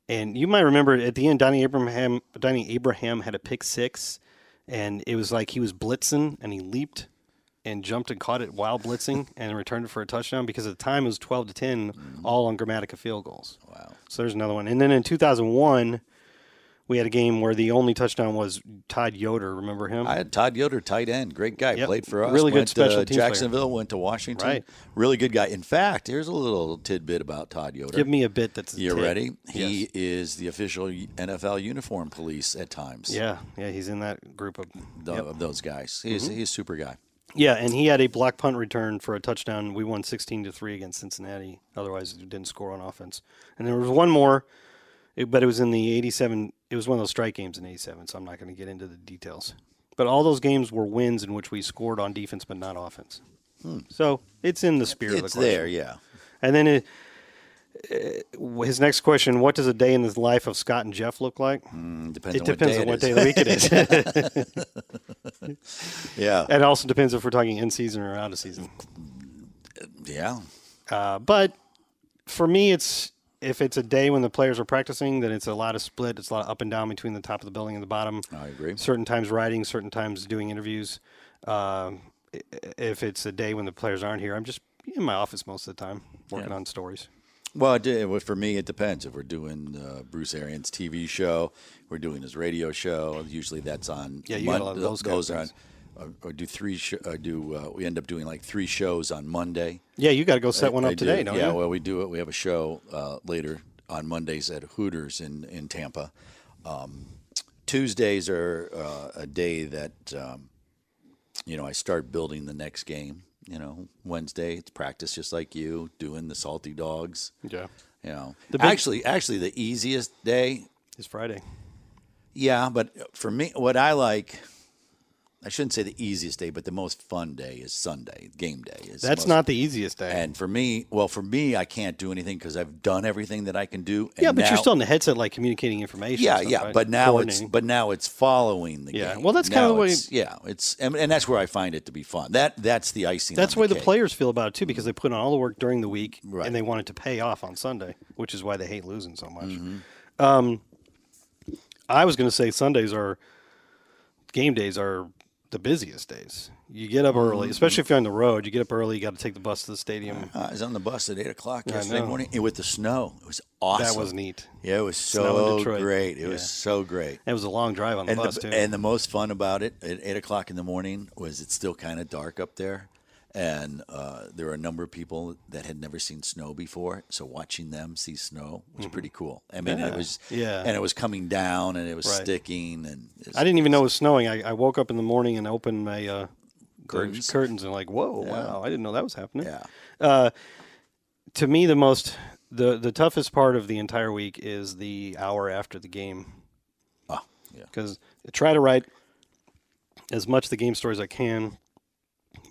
S2: And you might remember at the end, Donnie Abraham, Donnie Abraham had a pick six, and it was like he was blitzing and he leaped and jumped and caught it while blitzing
S1: <laughs>
S2: and returned it for a touchdown because at the time it was 12 to 10,
S1: Mm.
S2: all on Grammatica field goals. Wow. So there's another one. And then in 2001, we had a game where the only touchdown was Todd Yoder. Remember him?
S1: I had Todd Yoder, tight end, great guy,
S2: Yep.
S1: played for us.
S2: Really good
S1: went
S2: special
S1: to
S2: teams player.
S1: Jacksonville, went to Washington.
S2: Right.
S1: Really good guy. In fact, here's a little tidbit about Todd Yoder.
S2: Give me a bit that's. a
S1: you
S2: tit.
S1: ready? He is the official NFL uniform police at times.
S2: Yeah, yeah, he's in that group of.
S1: tho- of those guys. He's
S2: Mm-hmm.
S1: he's a super guy.
S2: Yeah, and he had a block punt return for a touchdown. We won sixteen to three against Cincinnati. Otherwise, we didn't score on offense. And there was one more, it- but it was in the eighty-seven. It was one of those strike games in eighty-seven. So I'm not going to get into the details. But all those games were wins in which we scored on defense but not offense. So it's in the spirit. of the
S1: Hmm. It's
S2: question.
S1: there, yeah.
S2: And then it, uh, his next question: What does a day in the life of Scott and Jeff look like?
S1: Mm, Depends
S2: It
S1: on
S2: depends
S1: what day
S2: on what
S1: it
S2: day
S1: is.
S2: of the week it
S1: <laughs>
S2: is.
S1: yeah,
S2: it also depends if we're talking in season or out of season. Uh,
S1: yeah.
S2: But for me, it's if it's a day when the players are practicing, then it's a lot of split. It's a lot of up and down between the top of the building and the bottom.
S1: I agree.
S2: Certain times writing, certain times doing interviews. Um, i- if it's a day when the players aren't here, I'm just in my office most of the time working on stories.
S1: Well, it, did- well, for me, it depends. If we're doing uh, Bruce Arians' TV show, we're doing his radio show. Usually, that's on.
S2: Yeah, you got a lot of those kind of
S1: are on. Or, or do three? Sh- or do uh, we end up doing like three shows on Monday?
S2: Yeah, you got to go set one
S1: I
S2: up
S1: do.
S2: today, don't
S1: yeah,
S2: you?
S1: well, we do it. We have a show uh, later on Mondays at Hooters in in Tampa. Um, Tuesdays are uh, a day that um, you know I start building the next game. You know, Wednesday it's practice just like you doing the salty dogs.
S2: yeah,
S1: You know,
S2: big-
S1: actually, actually the easiest day
S2: it's Friday.
S1: yeah, but for me, what I like, I shouldn't say the easiest day, but the most fun day is Sunday, game day. Is the
S2: That's
S1: most-
S2: not the easiest day.
S1: And for me, well, for me, I can't do anything because I've done everything that I can do. And
S2: yeah, but
S1: now-
S2: you're still in the headset, like communicating information.
S1: Yeah,
S2: and stuff,
S1: yeah,
S2: right?
S1: but now it's
S2: Coordinating.
S1: but now it's following the
S2: Yeah,
S1: game.
S2: well, that's kinda
S1: Now
S2: the way-
S1: it's- Yeah, it's and, and that's where I find it to be fun. That that's the icing.
S2: That's
S1: on
S2: the way the
S1: cake.
S2: players feel about it too, because they put in all the work during the week
S1: Right.
S2: and they want it to pay off on Sunday, which is why they hate losing so much.
S1: Mm-hmm.
S2: Um, I was going to say Sundays are game days are the busiest days. You get up
S1: Mm-hmm.
S2: early, especially if you're on the road. You get up early. You got to take the bus to the stadium.
S1: Ah, I was on the bus at eight o'clock yesterday
S2: know.
S1: morning and with the snow. It was awesome.
S2: That was neat.
S1: Yeah, it was
S2: in
S1: so
S2: Detroit.
S1: great. It
S2: Yeah.
S1: was so great.
S2: It was a long drive on the
S1: and
S2: bus
S1: the,
S2: too.
S1: and the most fun about it at eight o'clock in the morning was it's still kind of dark up there, and uh, there were a number of people that had never seen snow before. So watching them see snow was pretty cool. I mean, it was
S2: Mm-hmm. Yeah.
S1: and it was coming down and it was
S2: Right.
S1: sticking and it was-
S2: I didn't e even know it was snowing. I, I woke up in the morning and opened my uh, curtains.
S1: Curtains.
S2: curtains and like, whoa, wow! I didn't know that was happening.
S1: yeah
S2: to me the most the the toughest part of the entire week is the hour after the game
S1: oh yeah
S2: because I try to write as much the game story as I can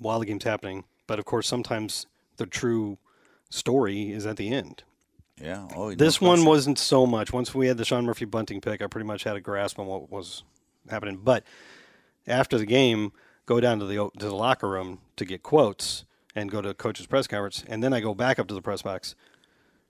S2: while the game's happening. But of course, sometimes the true story is at the end.
S1: yeah oh no
S2: This one
S1: question.
S2: wasn't so much. Once we had the Sean Murphy bunting pick, I pretty much had a grasp on what was happening. But after the game, go down to the to the locker room to get quotes and go to coach's press conference, and then I go back up to the press box,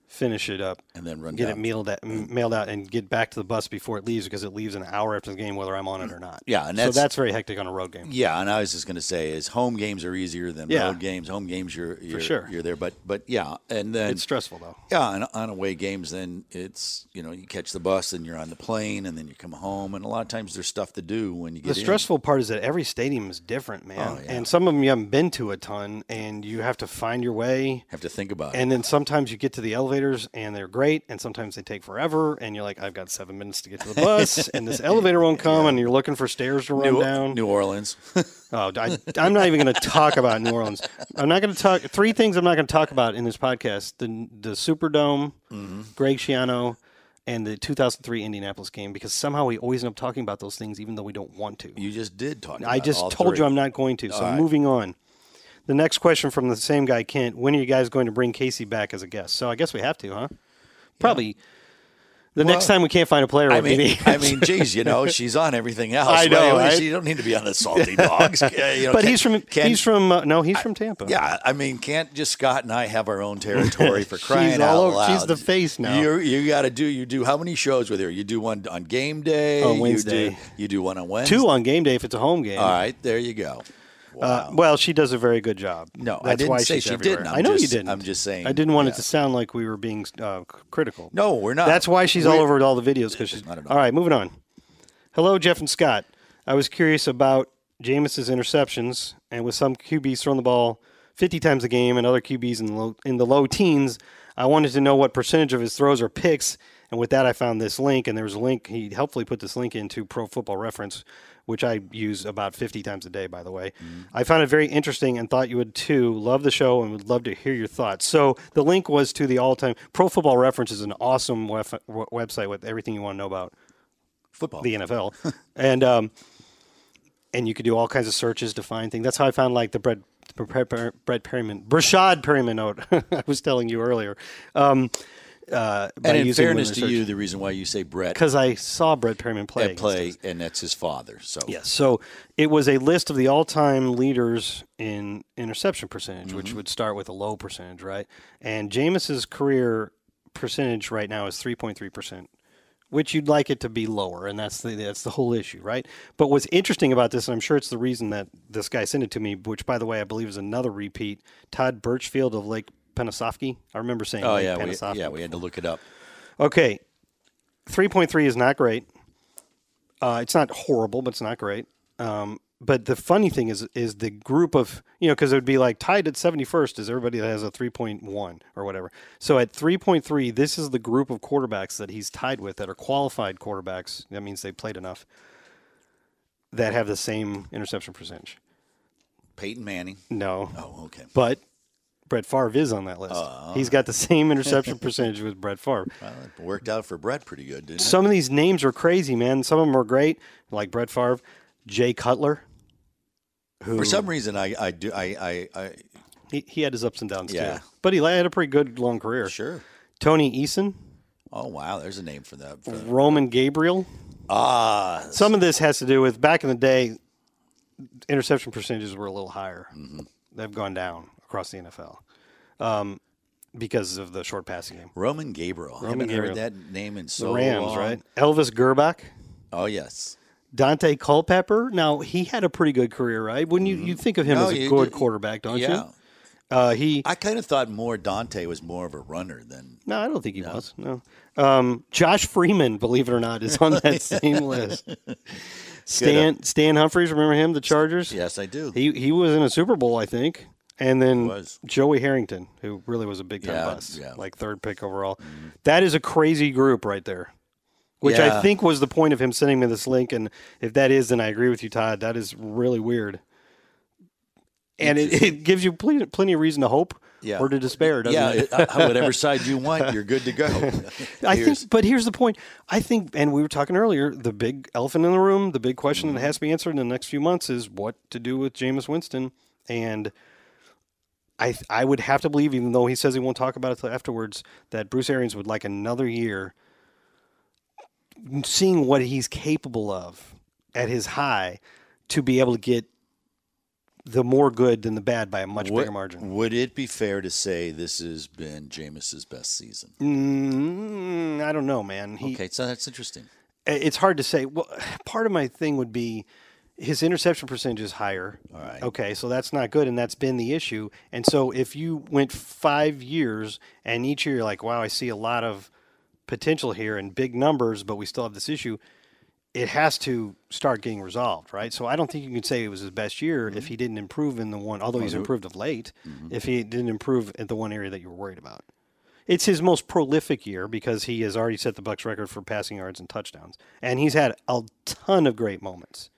S2: finish it up,
S1: and then run
S2: get
S1: down.
S2: it mailed out, m- mailed out, and get back to the bus before it leaves because it leaves an hour after the game, whether I'm on it or not.
S1: Yeah, and
S2: so
S1: that's-
S2: that's very hectic on a road game.
S1: Yeah, and I was just going to say is home games are easier than
S2: Yeah.
S1: road games. Home games you're, you're
S2: sure.
S1: you're there, but but yeah, and then
S2: It's stressful though.
S1: Yeah, and on away games, then it's you know you catch the bus and you're on the plane and then you come home and a lot of times there's stuff to do when you get
S2: The
S1: in.
S2: stressful part is that every stadium is different, man,
S1: Oh, yeah.
S2: and some of them you haven't been to a ton, and you have to find your way.
S1: Have to think about
S2: And then sometimes you get to the elevators and they're great, and sometimes they take forever, and you're like, I've got seven minutes to get to the
S1: <laughs>
S2: bus, and this elevator won't come, and you're looking for stairs to
S1: it.
S2: run
S1: New,
S2: down.
S1: New Orleans. <laughs>
S2: Oh, I, I'm not even going to talk about New Orleans. I'm not going to talk three things. I'm not going to talk about in this podcast: the the Superdome,
S1: Mm-hmm.
S2: Greg Schiano, and the 2003 Indianapolis game, because somehow we always end up talking about those things, even though we don't want to.
S1: you just did talk.
S2: I
S1: about
S2: just
S1: all
S2: told
S1: three.
S2: you I'm not going to. So moving on. The next question from the same guy, Kent. When are you guys going to bring Casey back as a guest? So I guess we have to, huh? Probably. The next time we can't find a player,
S1: I
S2: what we
S1: mean,
S2: need. <laughs>
S1: I mean, geez, you know, she's on everything else.
S2: I know,
S1: Why-
S2: right?
S1: You don't need to
S2: <laughs>
S1: be on the salty dogs. Yeah, you know,
S2: but
S1: Ken-
S2: he's from
S1: Ken-
S2: he's from uh, no, he's from Tampa.
S1: Yeah, I mean, can't just Scott and I have our
S2: <laughs>
S1: own territory for crying
S2: She's
S1: out
S2: all over-
S1: loud?
S2: she's the face now.
S1: You you got to do you do how many shows with her? You do one on game day.
S2: On
S1: you
S2: Wednesday.
S1: do- You do, one on Wednesday.
S2: two on game day if it's a home game.
S1: All right, there you go.
S2: Uh, well, she does a very good job.
S1: No, I
S2: That's
S1: didn't
S2: why
S1: say
S2: she's
S1: she
S2: everywhere.
S1: didn't.
S2: i
S1: I'm
S2: know you
S1: just-
S2: didn't.
S1: I'm just saying,
S2: I didn't want it
S1: yeah.
S2: to sound like we were being uh, c- critical.
S1: No, we're not.
S2: That's why she's all
S1: We're-
S2: over all the videos because she's.
S1: I don't know.
S2: All right, moving on. Hello, Jeff and Scott. I was curious about Jameis's interceptions, and with some QBs throwing the ball 50 times a game and other QBs in the low, in the low teens, I wanted to know what percentage of his throws are picks. And with that, I found this link, and there was a link. He helpfully put this link into Pro Football Reference, which I use about 50 times a day, by the way. I found it very interesting and thought you would too. Love the show and would love to hear your thoughts. So the link was to the all time Pro Football Reference is an awesome wef- w- website with everything you want to know about
S1: football.
S2: the
S1: <laughs>
S2: NFL, and um, and you could do all kinds of searches to find things. That's how I found like the Brett Brett, Brett Perryman, Brashad Perryman note <laughs> I was telling you earlier. Um, uh, by
S1: and in
S2: using
S1: fairness
S2: Women's
S1: to you, the reason why you say Brett
S2: because I saw Brett Perryman play.
S1: at
S2: against
S1: play, and that's his father. So
S2: Yes. So it was a list of the all-time leaders in interception percentage,
S1: Mm-hmm.
S2: which would start with a low percentage, right? And Jameis's career percentage right now is 3.3%, which you'd like it to be lower, and that's the that's the whole issue, right? But what's interesting about this, and I'm sure it's the reason that this guy sent it to me, which by the way I believe is another repeat, Todd Birchfield of Lake Penasofki. I remember saying
S1: Oh
S2: Lake
S1: yeah, we,
S2: Penasofki.
S1: yeah, we had to look it up.
S2: Okay. 3.3 is not great. Uh, it's not horrible, but it's not great. Um, but the funny thing is, is the group of, you know, because it would be like tied at 71st is everybody that has a 3.1 or whatever. So at 3.3, this is the group of quarterbacks that he's tied with that are qualified quarterbacks. That means they played enough that have the same interception percentage.
S1: Peyton Manning.
S2: No.
S1: Oh, okay.
S2: But Brett Favre is on that list. he's got the same interception percentage with Brett Favre.
S1: Well, it worked out for Brett pretty good, didn't it?
S2: Some of these names are crazy, man. Some of them are great, like Brett Favre, Jay Cutler.
S1: For some reason, I, I do I, I, I
S2: He, he had his ups and downs
S1: Yeah.
S2: too, but he had a pretty good long career.
S1: sure.
S2: Tony Eason,
S1: Oh wow, there's a name for that. for-
S2: Roman Gabriel.
S1: Ah,
S2: Some of this has to do with back in the day, interception percentages were a little higher.
S1: Mm-hmm.
S2: They've gone down across the NFL um, because of the short passing game.
S1: Roman Gabriel.
S2: Roman
S1: I haven't
S2: Gabriel.
S1: heard that name in
S2: The
S1: so
S2: Rams,
S1: long.
S2: right? Elvis Gerbach,
S1: Oh yes.
S2: Dante Culpepper. Now he had a pretty good career, right? Wouldn't you you think of him
S1: Mm-hmm. No,
S2: as a
S1: you-
S2: good
S1: you-
S2: quarterback, don't
S1: yeah.
S2: you? Uh, he
S1: I kind of thought more Dante was more of a runner than
S2: No, I don't think he was. No. Um, Josh Freeman, believe it or not, is on
S1: <laughs>
S2: that same list.
S1: uh,
S2: Stan Stan Humphries, remember him, the Chargers?
S1: yes, I do.
S2: He he was in a Super Bowl, I think. And then
S1: was.
S2: Joey Harrington, who really was a big time
S1: Yeah,
S2: bust,
S1: yeah. Mm-hmm.
S2: like third pick overall. That is a crazy group right there. Which I
S1: Yeah.
S2: think was the point of him sending me this link. And if that is, then I agree with you, Todd. That is really weird. And it, it gives you plenty, plenty of reason to hope
S1: Yeah.
S2: or to despair, doesn't
S1: yeah,
S2: it?
S1: it- uh,
S2: <laughs>
S1: whatever side you want, you're good to go.
S2: I
S1: Here's-
S2: think, but here's the point. I think, and we were talking earlier, the big elephant in the room, the big question
S1: Mm-hmm.
S2: that has to be answered in the next few months is what to do with Jameis Winston. And I, th- I would have to believe, even though he says he won't talk about it till afterwards, that Bruce Arians would like another year, seeing what he's capable of at his high, to be able to get the more good than the bad by a much
S1: Would-
S2: bigger margin.
S1: Would it be fair to say this has been Jameis's best season?
S2: Mm, I don't know, man. He,
S1: Okay, so that's interesting.
S2: it's hard to say. Well, <sighs> part of my thing would be his interception percentage is higher. All
S1: right.
S2: Okay, so that's not good, and that's been the issue. And so if you went five years and each year you're like, wow, I see a lot of potential here and big numbers, but we still have this issue. It has to start getting resolved, right? So I don't think you can say it was his best year if he didn't improve in the one, although he's improved of late, if he didn't improve at the one area that you were worried about it's his most prolific year because he has already set the Bucks record for passing yards and touchdowns, and he's had a ton of great moments.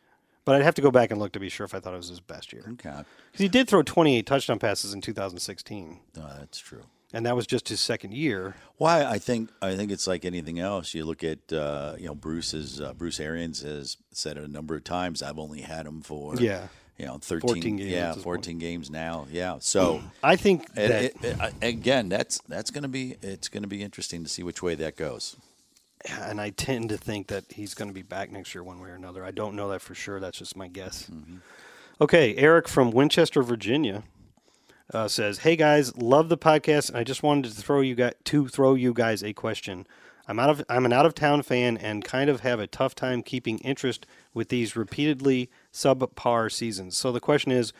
S2: But I'd have to go back and look to be sure if I thought it was his best year.
S1: Okay, no,
S2: 'Cause he did throw 28 touchdown passes in 2016,
S1: that's true.
S2: and that was just his second year.
S1: Why I think I think it's like anything else. You look at uh, you know Bruce's uh, Bruce Arians has said it a number of times. I've only had him for
S2: Yeah.
S1: you know thirteen
S2: 14 games
S1: yeah
S2: at this point.
S1: fourteen games now yeah. So
S2: I think
S1: it,
S2: that
S1: it, it, I- again, that's that's going to be it's going to be interesting to see which way that goes.
S2: and I tend to think that he's going to be back next year, one way or another. I don't know that for sure. That's just my guess. Okay, Eric from Winchester, Virginia, uh, says, "Hey guys, love the podcast. I just wanted to throw you guys to throw you guys a question. I'm out of I'm an out of town fan and kind of have a tough time keeping interest with these repeatedly subpar seasons. So the question is."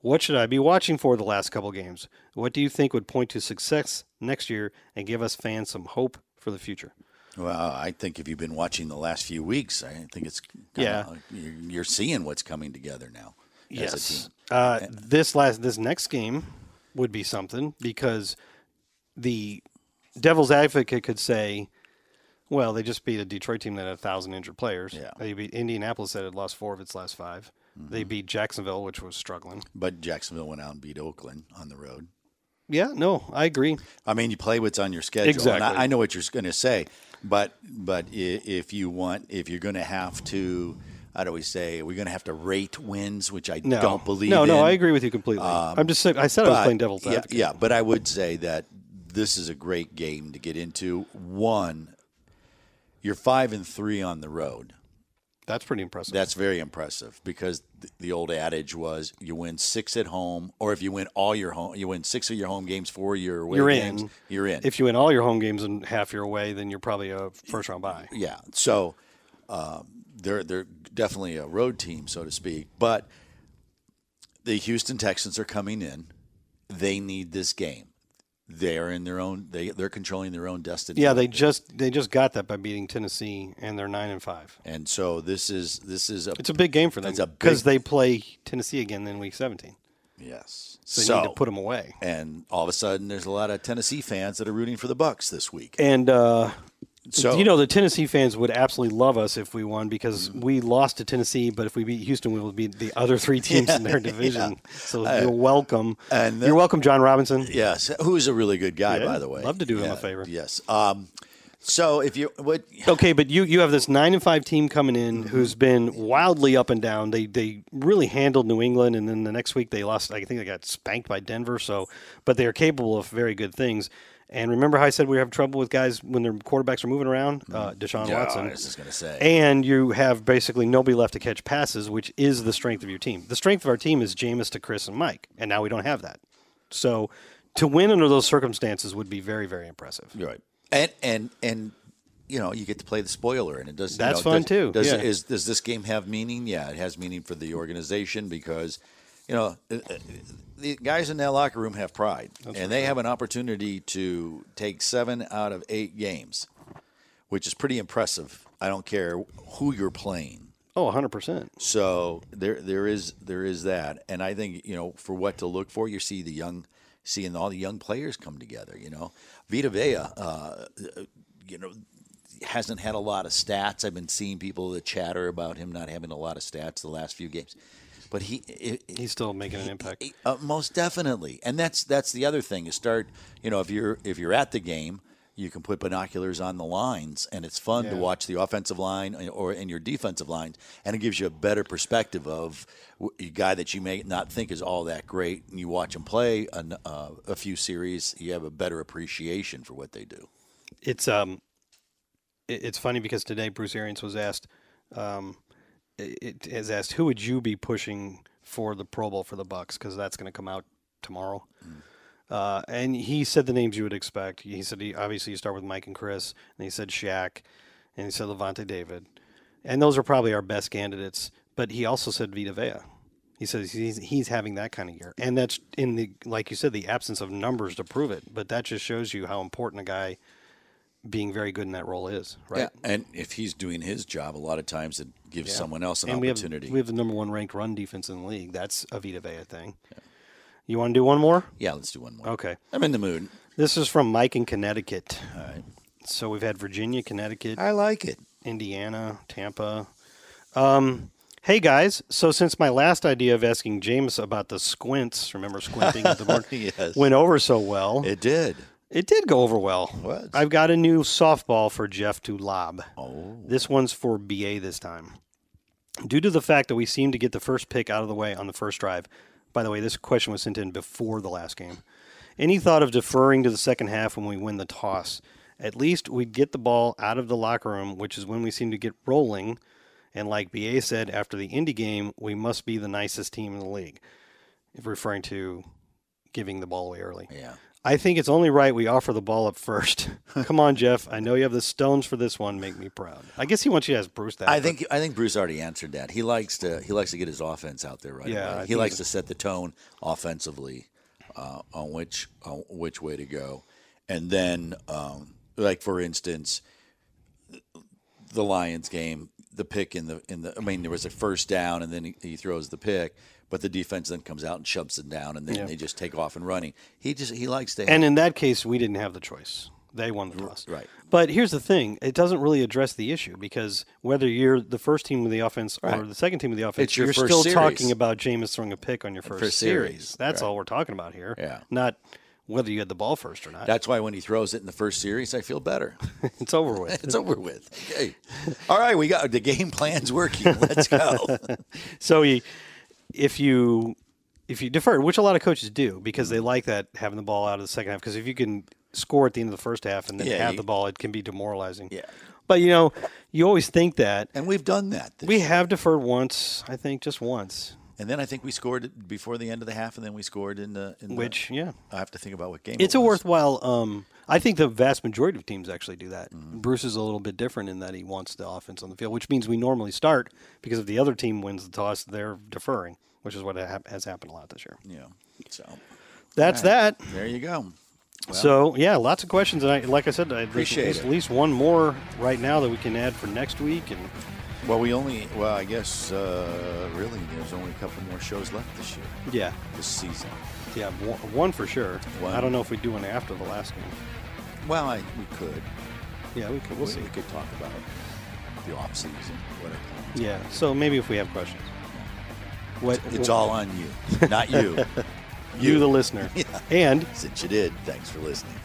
S2: What should I be watching for the last couple games? What do you think would point to success next year and give us fans some hope for the future?
S1: Well, I think if you've been watching the last few weeks, I think it's kinda- you're, you're seeing what's coming together now as a team.
S2: Uh, this last this next game would be something because the devil's advocate could say, well, they just beat a Detroit team that had a thousand injured players.
S1: Yeah. Mm-hmm.
S2: They beat Indianapolis that had lost four of its last 5 They beat Jacksonville, which was struggling.
S1: But Jacksonville went out and beat Oakland on the road.
S2: Yeah, no, I agree.
S1: I mean, you play what's on your schedule. and
S2: Exactly.
S1: I, I know what you're going to say, but but i- if you want, if you're going to have to, how do we say, we're going to have to rate wins, which I
S2: No,
S1: don't believe.
S2: No, no,
S1: in. um,
S2: I agree with you completely. I'm just saying. I said I was playing devil's
S1: yeah,
S2: advocate.
S1: yeah, but I would say that this is a great game to get into. One, you're five and three on the road.
S2: that's pretty impressive.
S1: That's very impressive because th- the old adage was you win six at home, or if you win all your home, you win six of your home games, four of your away
S2: you're
S1: games,
S2: in.
S1: you're in.
S2: If you win all your home games and half your away, then you're probably a first round bye.
S1: yeah, so um, they're they're definitely a road team, so to speak. But the Houston Texans are coming in; they need this game. They're in their own. They they're controlling their own destiny.
S2: Yeah, they just they just got that by beating Tennessee, and they're nine and five.
S1: And so this is this is a
S2: It's a big game for them
S1: It's a
S2: because
S1: big-
S2: they play Tennessee again in Week 17.
S1: yes.
S2: So they
S1: so
S2: need to put them away.
S1: and all of a sudden, there's a lot of Tennessee fans that are rooting for the Bucks this week.
S2: And uh,
S1: So
S2: you know the Tennessee fans would absolutely love us if we won because we lost to Tennessee, but if we beat Houston, we will beat the other
S1: <laughs>
S2: three teams in their division. So you're welcome.
S1: Uh, and the-
S2: you're welcome, John Robinson.
S1: Yes, who is a really good guy,
S2: Yeah,
S1: by the way.
S2: love to do him a
S1: Yeah,
S2: favor.
S1: Yes. Um, so if you what,
S2: Okay, but you you have this nine and five team coming in
S1: Mm-hmm.
S2: who's been wildly up and down. They they really handled New England, and then the next week they lost. I think they got spanked by Denver. So, but they are capable of very good things. And remember how I said we have trouble with guys when their quarterbacks are moving around, uh, Deshaun
S1: Mm-hmm. Yeah,
S2: Watson.
S1: I was just gonna say.
S2: And you have basically nobody left to catch passes, which is the strength of your team. The strength of our team is Jameis to Chris and Mike, and now we don't have that. So, to win under those circumstances would be very very impressive.
S1: you're right, and and and you know you get to play the spoiler, and it does. you
S2: That's
S1: know,
S2: fun,
S1: does-
S2: too.
S1: Does
S2: Yeah.
S1: is does this game have meaning? Yeah, it has meaning for the organization because you know uh, uh, the guys in that locker room have pride, and they have an opportunity to take seven out of eight games, which is pretty impressive. I don't care who you're playing.
S2: Oh, 100 percent.
S1: So there there is there is that, and I think you know for what to look for, you see the young, seeing all the young players come together. You know, Vita Vea, uh, you know, hasn't had a lot of stats. I've been seeing people that chatter about him not having a lot of stats the last few games, but he it, it-
S2: He's still making an impact.
S1: uh, most definitely, and that's that's the other thing is start. You know, if you're if you're at the game, you can put binoculars on the lines, and it's fun to watch the offensive line and- or and your defensive line, and it gives you a better perspective of w- a guy that you may not think is all that great, and you watch him play an, uh, a few series, you have a better appreciation for what they do.
S2: it's um it- it's funny because today Bruce Arians was asked um i- it is asked who would you be pushing for the Pro Bowl for the Bucks because that's going to come out tomorrow. Uh, and he said the names you would expect. He said he obviously you start with Mike and Chris, and he said Shaq, and he said Levante David, and those are probably our best candidates. But he also said Vita Vea. He says he's he's having that kind of year, and that's in the like you said the absence of numbers to prove it. But that just shows you how important a guy being very good in that role is, right?
S1: and if he's doing his job, a lot of times it gives someone else an
S2: and we have
S1: opportunity.
S2: we have the number one ranked run defense in the league. That's a Vita Vea thing. You want to do one more?
S1: yeah, let's do one more.
S2: Okay.
S1: I'm in the mood.
S2: This is from Mike in Connecticut. All right. So we've had Virginia, Connecticut,
S1: I like it.
S2: Indiana, Tampa. Um, hey guys, so since my last idea of asking James about the squints, remember squinting at the board,
S1: <laughs> Yes.
S2: went over so well, it,
S1: It did.
S2: did go over well.
S1: was.
S2: I've got a new softball for Jeff to lob. Oh. This one's for BA this time. Due to the fact that we seem to get the first pick out of the way on the first drive, by the way, this question was sent in before the last game. Any thought of deferring to the second half when we win the toss? at least we'd get the ball out of the locker room, which is when we seem to get rolling. And like BA said after the Indy game, we must be the nicest team in the league, referring to giving the ball away early.
S1: Yeah.
S2: I think it's only right we offer the ball up
S1: <laughs>
S2: first. Come on, Jeff. I know you have the stones for this one. Make me proud. I guess he wants you to ask Bruce that.
S1: I
S2: but-
S1: think I think Bruce already answered that. He likes to he likes to get his offense out there right
S2: Yeah, I
S1: away. He
S2: think
S1: likes to set the tone offensively uh, on which on which way to go, and then um, like for instance, the Lions game, the pick in the in the I mean there was a first down and then he, he throws the pick, but the defense then comes out and shoves them down and then they just take off and running. He just he likes to
S2: And in that case, we didn't have the choice. They won the toss.
S1: right.
S2: But here's the thing it doesn't really address the issue because whether you're the first team with the offense or the second team with the offense,
S1: It's your
S2: you're
S1: first
S2: still
S1: series.
S2: talking about Jameis throwing a pick on your first,
S1: first
S2: series.
S1: series,
S2: That's all we're talking about here.
S1: Yeah.
S2: Not whether you had the ball first or not.
S1: that's why when he throws it in the first series, I
S2: <laughs>
S1: feel better.
S2: it's over
S1: <laughs>
S2: with.
S1: It's over with. Okay. <laughs> All right, we got the game plan's working. Let's go. <laughs>
S2: so you, if you if you defer, which a lot of coaches do because
S1: Mm-hmm.
S2: they like that having the ball out of the second half because if you can score at the end of the first half and then
S1: Yeah,
S2: have
S1: you-
S2: the ball, it can be demoralizing.
S1: Yeah.
S2: But you know, you always think that
S1: and we've done that. this
S2: We
S1: year.
S2: have deferred once, I think, just once.
S1: And then I think we scored before the end of the half, and then we scored in the. In the-
S2: Which, yeah.
S1: I have to think about what game.
S2: It's
S1: it
S2: a
S1: was.
S2: worthwhile. Um, I think the vast majority of teams actually do that.
S1: Mm-hmm.
S2: Bruce is a little bit different in that he wants the offense on the field, which means we normally start because if the other team wins the toss, they're deferring, which is what ha- has happened a lot this year.
S1: Yeah. So
S2: That's that.
S1: there you go.
S2: so yeah, lots of questions, and I, like I said, I
S1: Appreciate
S2: at least,
S1: it.
S2: at least one more right now that we can add for next week, and
S1: Well, we only. Well, I guess uh, really, there's only a couple more shows left this year,
S2: yeah,
S1: this season.
S2: yeah, one, one for sure.
S1: One.
S2: I don't know if we do one after the last game.
S1: Well, I, we could.
S2: Yeah, we could.
S1: we
S2: We'll see.
S1: We could talk about the off season. Whatever.
S2: Yeah. So maybe if we have questions, what
S1: It's all on you, not you.
S2: <laughs> you, the listener, and
S1: <laughs> Since you did, thanks for listening.